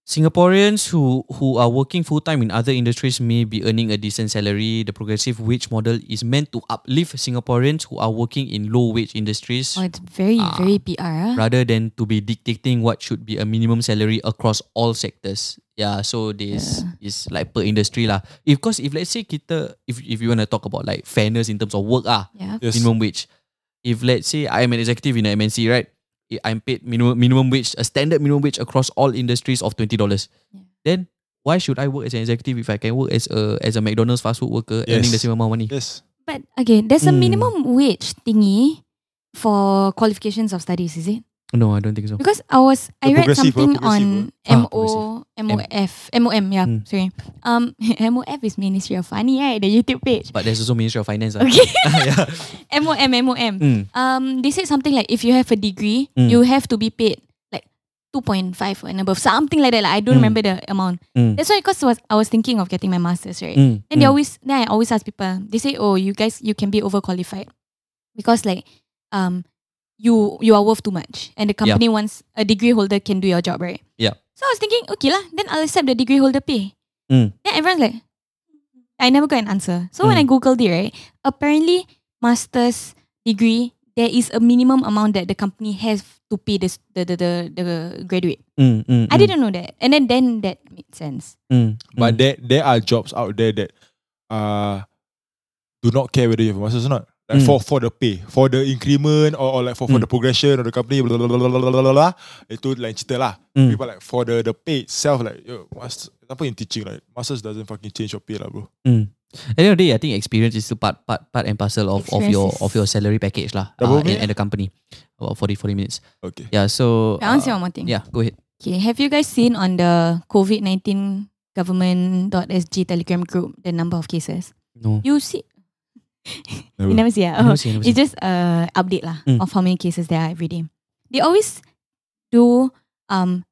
Speaker 2: Singaporeans who who are working full time in other industries may be earning a decent salary. The progressive wage model is meant to uplift Singaporeans who are working in low wage industries
Speaker 7: Oh, it's very
Speaker 2: Ah.
Speaker 7: very PR. ah.
Speaker 2: rather than to be dictating what should be a minimum salary across all sectors. Yeah, so this is like per industry lah. If cause if let's say kita if if you want to talk about like fairness in terms of work ah,
Speaker 7: Yeah.
Speaker 4: Yes.
Speaker 2: minimum wage. If let's say I am an executive in a MNC, right? I- I'm paid minimum minimum wage, a standard minimum wage across all industries of twenty dollars.
Speaker 7: Yeah.
Speaker 2: Then why should I work as an executive if I can work as a as a McDonald's fast food worker
Speaker 4: Yes.
Speaker 2: earning the same amount of money?
Speaker 4: Yes.
Speaker 7: But again, there's a
Speaker 2: Mm.
Speaker 7: minimum wage thingy for qualifications of studies, is it?
Speaker 2: No, I don't think so.
Speaker 7: Because I was
Speaker 4: The
Speaker 7: I read
Speaker 4: progressive, uh,
Speaker 7: something on
Speaker 4: progressive,
Speaker 2: uh. Ah,
Speaker 7: MO MOF MOM, yeah,
Speaker 2: Mm.
Speaker 7: sorry. Um MOF is Ministry of Funny, right? The YouTube page.
Speaker 2: But there's also Ministry of Finance. ah.
Speaker 7: Okay.
Speaker 2: yeah.
Speaker 7: MOM MOM.
Speaker 2: Mm.
Speaker 7: Um they said something like if you have a degree,
Speaker 2: Mm.
Speaker 7: you have to be paid like 2.5 and above, something like that. Like, I
Speaker 2: Mm.
Speaker 7: don't remember the amount.
Speaker 2: Mm.
Speaker 7: That's why because was I was thinking of getting my masters, right?
Speaker 2: Mm.
Speaker 7: Then they
Speaker 2: Mm.
Speaker 7: always then I always ask people, they say, Oh, you guys you can be overqualified. Because like um you you are worth too much and the company wants a degree holder can do your job, right?
Speaker 2: Yeah.
Speaker 7: So I was thinking, okay lah, then I'll accept the degree holder pay.
Speaker 2: Mm.
Speaker 7: Then everyone's like I never got an answer. So when
Speaker 2: Mm.
Speaker 7: I Googled it, right, apparently master's degree there is a minimum amount that the company has to pay this, the, the the the graduate.
Speaker 2: Mm, mm,
Speaker 7: I
Speaker 2: mm,
Speaker 7: didn't know that, and then then that made sense.
Speaker 2: mm,
Speaker 4: But
Speaker 2: mm.
Speaker 4: there there are jobs out there that uh do not care whether you have a master's or not. Like
Speaker 2: Mm.
Speaker 4: for for the pay, for the increment or, or like for, for the
Speaker 2: Mm.
Speaker 4: progression of the company, blah blah blah blah blah blah blah. blah. Itu like cerita lah.
Speaker 2: Mm.
Speaker 4: People like for the the pay itself like yo, master, example in teaching like masters doesn't fucking change your pay lah, bro.
Speaker 2: mm. At the end of the day, I think experience is still part part part and parcel of, of your
Speaker 7: Experience is-
Speaker 2: of your salary package lah.
Speaker 4: Double
Speaker 2: Uh,
Speaker 4: meal?
Speaker 2: and, and the company. About 40, 40 minutes.
Speaker 4: Okay.
Speaker 2: Yeah, so
Speaker 7: Can I ask you
Speaker 2: uh,
Speaker 7: one more thing?
Speaker 2: Yeah, go ahead.
Speaker 7: Okay, have you guys seen on the COVID nineteen government.sg telegram group the number of cases?
Speaker 2: No.
Speaker 7: You see,
Speaker 4: Never.
Speaker 7: you never see.
Speaker 2: I
Speaker 7: ah?
Speaker 2: never
Speaker 7: Oh,
Speaker 2: see, I never see.
Speaker 7: it's just uh update lah
Speaker 2: Mm.
Speaker 7: of how many cases there are every day. They always do um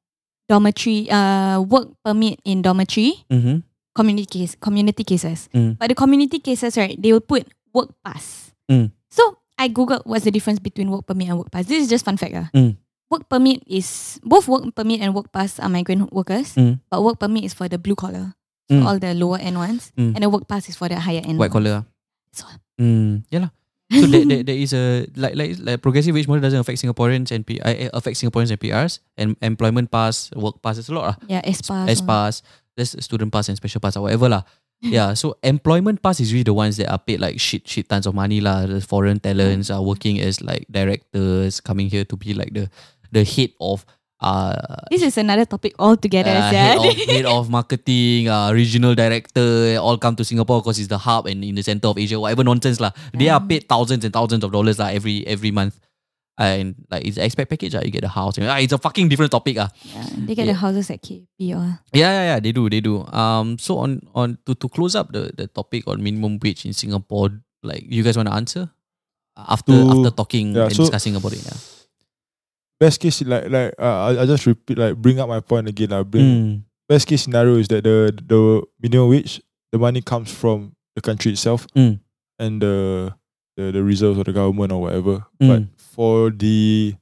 Speaker 7: dormitory uh work permit in dormitory
Speaker 2: Mhm.
Speaker 7: community case community cases.
Speaker 2: Mm.
Speaker 7: But the community cases, right, they will put work pass.
Speaker 2: Mm.
Speaker 7: So I googled what's the difference between work permit and work pass. This is just fun fact. ah.
Speaker 2: Mm.
Speaker 7: Work permit is both work permit and work pass are migrant workers,
Speaker 2: Mm.
Speaker 7: but work permit is for the blue collar, so
Speaker 2: Mm.
Speaker 7: all the lower end ones,
Speaker 2: Mm.
Speaker 7: and the work pass is for the higher end.
Speaker 2: White
Speaker 7: ones.
Speaker 2: collar. ah.
Speaker 7: So-
Speaker 2: Mm, yeah lah. So there, there, there is a like like like progressive wage model doesn't affect Singaporeans and P, uh, affect Singaporeans and PRs and employment pass, work pass, there's a lot lah.
Speaker 7: yeah, S pass.
Speaker 2: S pass, there's student pass and special pass or whatever lah. Yeah, so employment pass is really the ones that are paid like shit, shit tons of money lah. The foreign talents are working as like directors, coming here to be like the the head of uh
Speaker 7: This is another topic altogether.
Speaker 2: uh, head,
Speaker 7: yeah.
Speaker 2: of, head of marketing, uh, regional director, all come to Singapore because it's the hub and in the center of Asia, whatever nonsense lah. They are paid thousands and thousands of dollars lah every every month. And like it's expat package, lah. you get the house. Ah, it's a fucking different topic. Ah.
Speaker 7: Yeah, they get the houses at KP or
Speaker 2: Yeah, yeah, yeah, they do, they do. Um so on on to, to close up the, the topic on minimum wage in Singapore, like you guys want to answer? After
Speaker 4: To-
Speaker 2: after talking
Speaker 4: yeah,
Speaker 2: and
Speaker 4: so-
Speaker 2: Mm, discussing about it. Yeah.
Speaker 4: Best case like like uh, I, I just repeat like bring up my point again lah. Bring
Speaker 2: Mm.
Speaker 4: best case scenario is that the the minimum wage, the money comes from the country itself
Speaker 2: Mm.
Speaker 4: and the, the the reserves of the government or whatever.
Speaker 2: Mm.
Speaker 4: But for the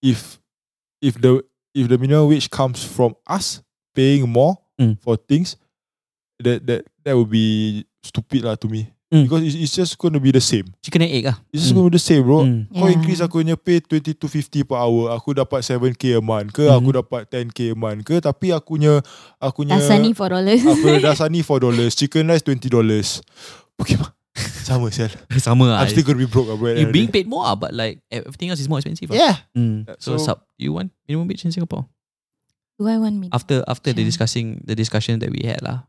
Speaker 4: if if the if the minimum wage comes from us paying more
Speaker 2: Mm.
Speaker 4: for things, that that that would be stupid lah to me.
Speaker 2: Mm.
Speaker 4: Because it's, it's just going to be the same.
Speaker 2: Chicken and egg. Ah.
Speaker 4: It's just going to be the same, bro.
Speaker 2: Mm.
Speaker 4: Kau
Speaker 7: Ya.
Speaker 4: increase aku punya pay 2250 per hour Aku dapat 7k a month ke
Speaker 7: Hmm.
Speaker 4: Aku
Speaker 2: Mhm.
Speaker 4: dapat 10k a month ke Tapi aku punya Aku punya
Speaker 7: Dasani for dollars.
Speaker 4: Aku punya Dasani 4 dollars Chicken rice 20 dollars Okay ma Sama sial
Speaker 2: Sama ah.
Speaker 4: I'm still gonna be broke bro, at the end
Speaker 2: you
Speaker 4: of
Speaker 2: being
Speaker 4: the
Speaker 2: paid more, ah, but like everything else is more expensive.
Speaker 4: day.
Speaker 2: ah.
Speaker 4: Yeah
Speaker 2: Mm. So,
Speaker 4: So-
Speaker 2: sub, you want minimum wage in Singapore
Speaker 7: Do I want me?
Speaker 2: after after the
Speaker 7: Yeah.
Speaker 2: discussing the discussion that we had lah.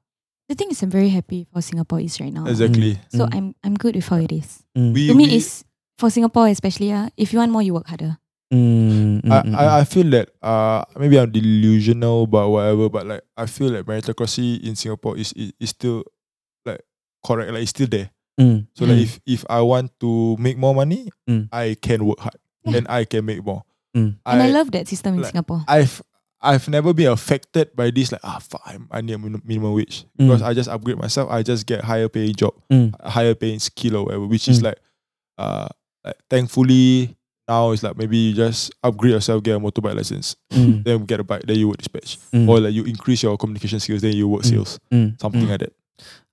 Speaker 7: The thing is, I'm very happy for Singapore is right now.
Speaker 4: Exactly
Speaker 2: Mm.
Speaker 7: So I'm I'm good with how it is.
Speaker 2: Mm.
Speaker 4: we,
Speaker 7: Hmm. to me,
Speaker 4: we,
Speaker 7: it's for Singapore especially. Uh, if you want more, you work harder.
Speaker 2: Mm, mm,
Speaker 4: I,
Speaker 2: mm,
Speaker 4: I, I feel that uh, Maybe I'm delusional But whatever But like I feel like meritocracy in Singapore Is, is, is still Like Correct Like it's still there
Speaker 2: mm.
Speaker 4: So like
Speaker 2: Mm.
Speaker 4: if if I want to make more money,
Speaker 2: Mm.
Speaker 4: I can work hard and
Speaker 7: Yeah.
Speaker 4: I can make more.
Speaker 2: Mm.
Speaker 7: and
Speaker 4: I,
Speaker 7: I love that system in
Speaker 4: like-
Speaker 7: Singapore.
Speaker 4: I've I've never been affected by this like ah fuck, I'm, I need a min- minimum wage
Speaker 2: Mm.
Speaker 4: because I just upgrade myself. I just get higher paying job,
Speaker 2: Mm.
Speaker 4: higher paying skill or whatever. Which is
Speaker 2: Mm.
Speaker 4: like uh like thankfully now it's like maybe you just upgrade yourself, get a motorbike license,
Speaker 2: Mm.
Speaker 4: then get a bike, then you work dispatch,
Speaker 2: Mm.
Speaker 4: or like you increase your communication skills, then you work
Speaker 2: Mm.
Speaker 4: sales,
Speaker 2: Mm.
Speaker 4: something
Speaker 2: Mm.
Speaker 4: like that.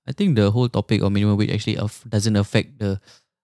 Speaker 2: I think the whole topic of minimum wage actually of, doesn't affect the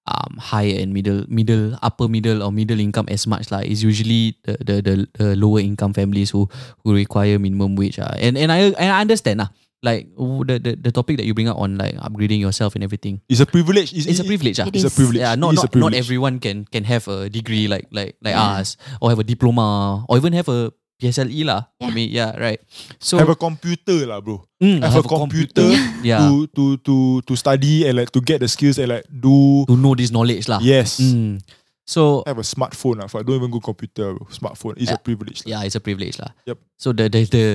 Speaker 2: um, higher and middle, middle, upper middle or middle income as much lah. It's usually the the, the, the lower income families who who require minimum wage. ah. And and I and I understand ah. Like w- the, the the topic that you bring up on like upgrading yourself and everything.
Speaker 4: It's a privilege.
Speaker 2: It's a privilege ah.
Speaker 7: It
Speaker 4: It's a
Speaker 7: is.
Speaker 4: privilege.
Speaker 2: Yeah, not
Speaker 4: It's a
Speaker 2: not, not
Speaker 4: privilege.
Speaker 2: everyone can can have a degree like like like
Speaker 7: Yeah.
Speaker 2: us or have a diploma or even have a PSLE E lah. I
Speaker 7: Yeah.
Speaker 2: mean, yeah, right. So
Speaker 4: Have a computer lah, bro.
Speaker 2: mm,
Speaker 4: have a computer
Speaker 2: yeah,
Speaker 4: to
Speaker 2: to,
Speaker 4: to to to study and like to get the skills and like do
Speaker 2: know this knowledge lah.
Speaker 4: yes.
Speaker 2: Mm. So
Speaker 4: I have a smartphone lah. If I don't even go computer, bro. smartphone is a privilege. lah.
Speaker 2: yeah, it's a privilege lah.
Speaker 4: Yep.
Speaker 2: So the the the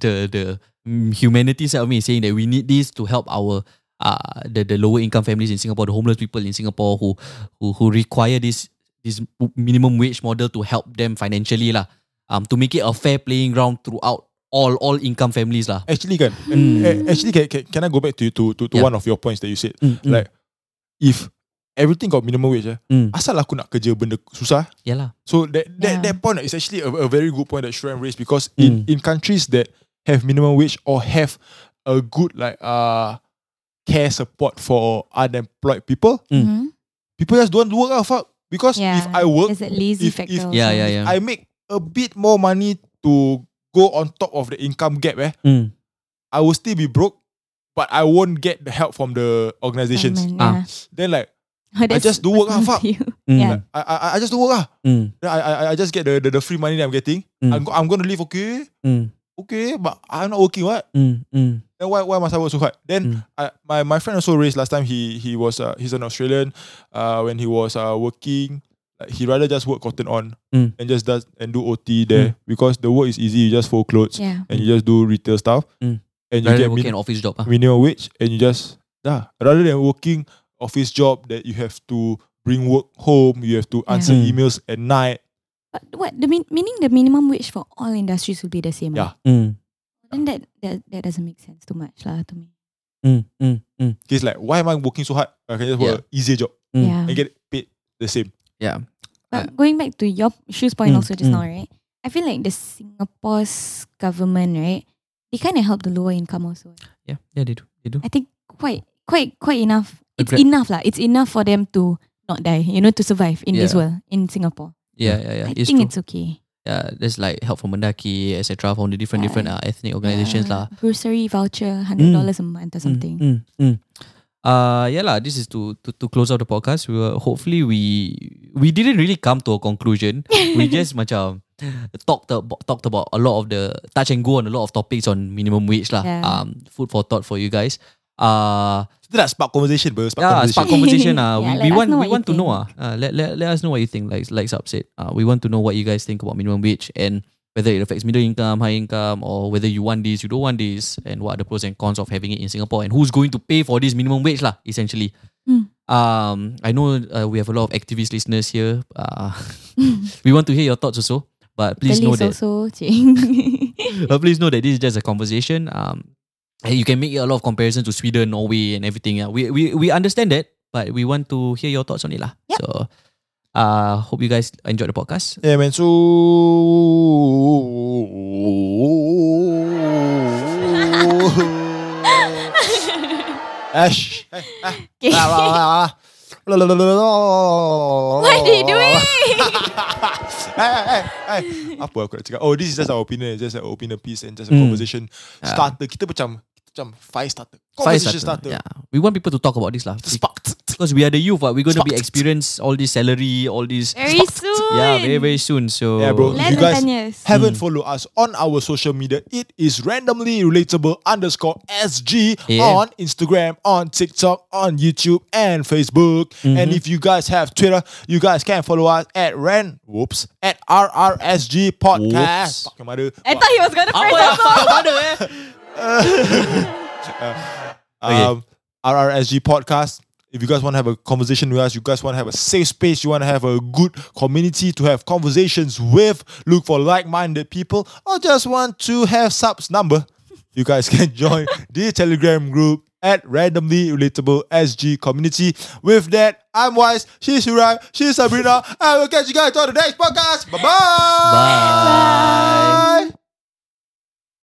Speaker 2: the, the mm, humanity side of me is saying that we need this to help our uh the, the lower income families in Singapore, the homeless people in Singapore who who who require this this minimum wage model to help them financially lah. Um, to make it a fair playing ground throughout all all income families lah.
Speaker 4: Actually, can
Speaker 2: Mm.
Speaker 4: eh, actually can, can can I go back to you to to, to
Speaker 2: Yeah.
Speaker 4: one of your points that you said?
Speaker 2: Mm, mm,
Speaker 4: Like if everything got minimum wage, eh,
Speaker 2: mm.
Speaker 4: asal aku nak kerja benda susah?
Speaker 2: yeah lah.
Speaker 4: So that that,
Speaker 7: Yeah.
Speaker 4: that point is actually a, a very good point that Shuren raised because
Speaker 2: Mm.
Speaker 4: in, in countries that have minimum wage or have a good like uh care support for unemployed people,
Speaker 2: Mm.
Speaker 7: Mhm.
Speaker 4: people just don't want to work out. Fuck. Because
Speaker 7: Yeah,
Speaker 4: if I work,
Speaker 7: there's that lazy
Speaker 4: if-
Speaker 7: factor.
Speaker 4: if-
Speaker 7: also.
Speaker 2: Yeah, yeah, yeah.
Speaker 4: I make a bit more money to go on top of the income gap. Eh,
Speaker 2: Mm.
Speaker 4: I will still be broke, but I won't get the help from the organizations.
Speaker 7: Government,
Speaker 2: Ah.
Speaker 7: yeah.
Speaker 4: Then like
Speaker 7: Oh, that's
Speaker 4: just do work ah, fuck.
Speaker 7: you.
Speaker 2: Mm.
Speaker 7: Yeah.
Speaker 4: I I, I just do work ah.
Speaker 2: Mm.
Speaker 4: Then I, I I- I just get the, the, the free money that I'm getting.
Speaker 2: Mm.
Speaker 4: I'm, go- I'm gonna live okay,
Speaker 2: Mm.
Speaker 4: okay, but I'm not working. What?
Speaker 2: Mm. Mm.
Speaker 4: Then why why must I work so hard? Then
Speaker 2: Mm.
Speaker 4: I, my my friend also raised last time. He he was uh, he's an Australian. Uh, when he was uh, working, like, he rather just work cotton on
Speaker 2: Mm.
Speaker 4: and just does and do OT there
Speaker 2: Hmm.
Speaker 4: because the work is easy. You just fold clothes
Speaker 7: Yeah.
Speaker 4: and you just do retail stuff
Speaker 2: Mm.
Speaker 4: and you
Speaker 2: Rather
Speaker 4: get
Speaker 2: than working
Speaker 4: min-
Speaker 2: an office job. ah.
Speaker 4: minimum wage and you just yeah. Rather than working office job that you have to bring work home, you have to
Speaker 7: Yeah.
Speaker 4: answer
Speaker 2: Mm.
Speaker 4: emails at night.
Speaker 7: But what the mean, meaning the minimum wage for all industries will be the same.
Speaker 4: Yeah.
Speaker 7: ah?
Speaker 2: Mm.
Speaker 7: Then that, that that doesn't make sense too much lah to me.
Speaker 2: Mm. Mm. Mm.
Speaker 4: He's like, why am I working so hard? I can just work an easier job
Speaker 2: Mm.
Speaker 7: Yeah.
Speaker 4: and get paid the same.
Speaker 7: But going back to your shoes point
Speaker 2: Mm,
Speaker 7: also just
Speaker 2: mm.
Speaker 7: now, right? I feel like the Singapore's government, right? They kind of help the lower income also.
Speaker 2: Yeah. Yeah. They do. They do.
Speaker 7: I think quite, quite, quite enough. It's
Speaker 2: Agree.
Speaker 7: enough lah. It's enough for them to not die, you know, to survive in this
Speaker 2: Yeah.
Speaker 7: world in Singapore.
Speaker 2: Yeah. Yeah. Yeah.
Speaker 7: I
Speaker 2: it's
Speaker 7: think
Speaker 2: true.
Speaker 7: it's okay.
Speaker 2: yeah, uh, there's like help from Mendaki, etc. From the different
Speaker 7: Yeah.
Speaker 2: different uh, ethnic organizations
Speaker 7: Uh,
Speaker 2: lah.
Speaker 7: Grocery voucher, hundred dollars a month or
Speaker 2: Mm,
Speaker 7: something.
Speaker 2: mm, mm. Uh, yeah lah. This is to, to to close out the podcast. We were hopefully we we didn't really come to a conclusion. we just macam talked about talked about a lot of the touch and go on a lot of topics on minimum wage lah.
Speaker 7: Yeah.
Speaker 2: Um, food for thought for you guys. Uh,
Speaker 4: Kita nak spark conversation, bro. Spark
Speaker 2: yeah,
Speaker 4: conversation.
Speaker 2: spark Ah, conversation. Uh,
Speaker 7: Yeah,
Speaker 2: we, we
Speaker 7: let us
Speaker 2: want
Speaker 7: know
Speaker 2: we
Speaker 7: what you
Speaker 2: want to know. Uh,
Speaker 7: think.
Speaker 2: uh, let, let, let us know what you think. Like like Sub said, uh, we want to know what you guys think about minimum wage and whether it affects middle income, high income, or whether you want this, you don't want this, and what are the pros and cons of having it in Singapore, and who's going to pay for this minimum wage, lah, essentially.
Speaker 7: Mm.
Speaker 2: Um, I know uh, we have a lot of activist listeners here. Uh, we want to hear your thoughts also, but please
Speaker 7: The
Speaker 2: know
Speaker 7: least
Speaker 2: that
Speaker 7: also, Ching.
Speaker 2: but please know that this is just a conversation. Um, and you can make a lot of comparisons to Sweden, Norway, and everything. Uh, we, we we understand that, but we want to hear your thoughts on it, lah. So, uh, hope you guys enjoyed the podcast.
Speaker 4: Yeah, man. So. Ash. Ah,
Speaker 7: Okay.
Speaker 4: What
Speaker 7: What are you doing?
Speaker 2: Oh.
Speaker 4: hey, hey, hey. Apa aku nak cakap? Oh, this is just our opinion. It's just an opinion piece and just a
Speaker 2: Mm.
Speaker 4: conversation
Speaker 2: Yeah.
Speaker 4: starter. Kita macam, kita macam fire starter.
Speaker 2: Fire
Speaker 4: Conversation starter.
Speaker 2: Yeah, we want people to talk about this, lah.
Speaker 4: Spark.
Speaker 2: Because we are the youth, but we're gonna be
Speaker 4: Spark.
Speaker 2: experience all this salary, all this.
Speaker 7: Very soon.
Speaker 2: Yeah, very very soon. So
Speaker 4: Yeah, bro.
Speaker 7: Less
Speaker 4: You
Speaker 7: than
Speaker 4: guys-
Speaker 7: ten years.
Speaker 4: Haven't
Speaker 2: Hmm.
Speaker 4: followed us on our social media. It is randomly relatable underscore SG
Speaker 2: Yeah.
Speaker 4: on Instagram, on TikTok, on YouTube, and Facebook.
Speaker 2: Mm-hmm.
Speaker 4: And if you guys have Twitter, you guys can follow us at ran whoops at RRSG
Speaker 2: Whoops.
Speaker 4: podcast. Fuck your mother.
Speaker 7: I thought he was gonna press
Speaker 2: Apa-
Speaker 7: also.
Speaker 2: Mana, eh? Okay.
Speaker 4: um, RRSG podcast. If you guys want to have a conversation with us, you guys want to have a safe space, you want to have a good community to have conversations with, look for like minded people, or just want to have subs number, you guys can join the Telegram group at randomly relatable SG community. With that, I'm Wise, she's Shirai, she's Sabrina, and we'll catch you guys on the next podcast. Bye-bye.
Speaker 2: Bye.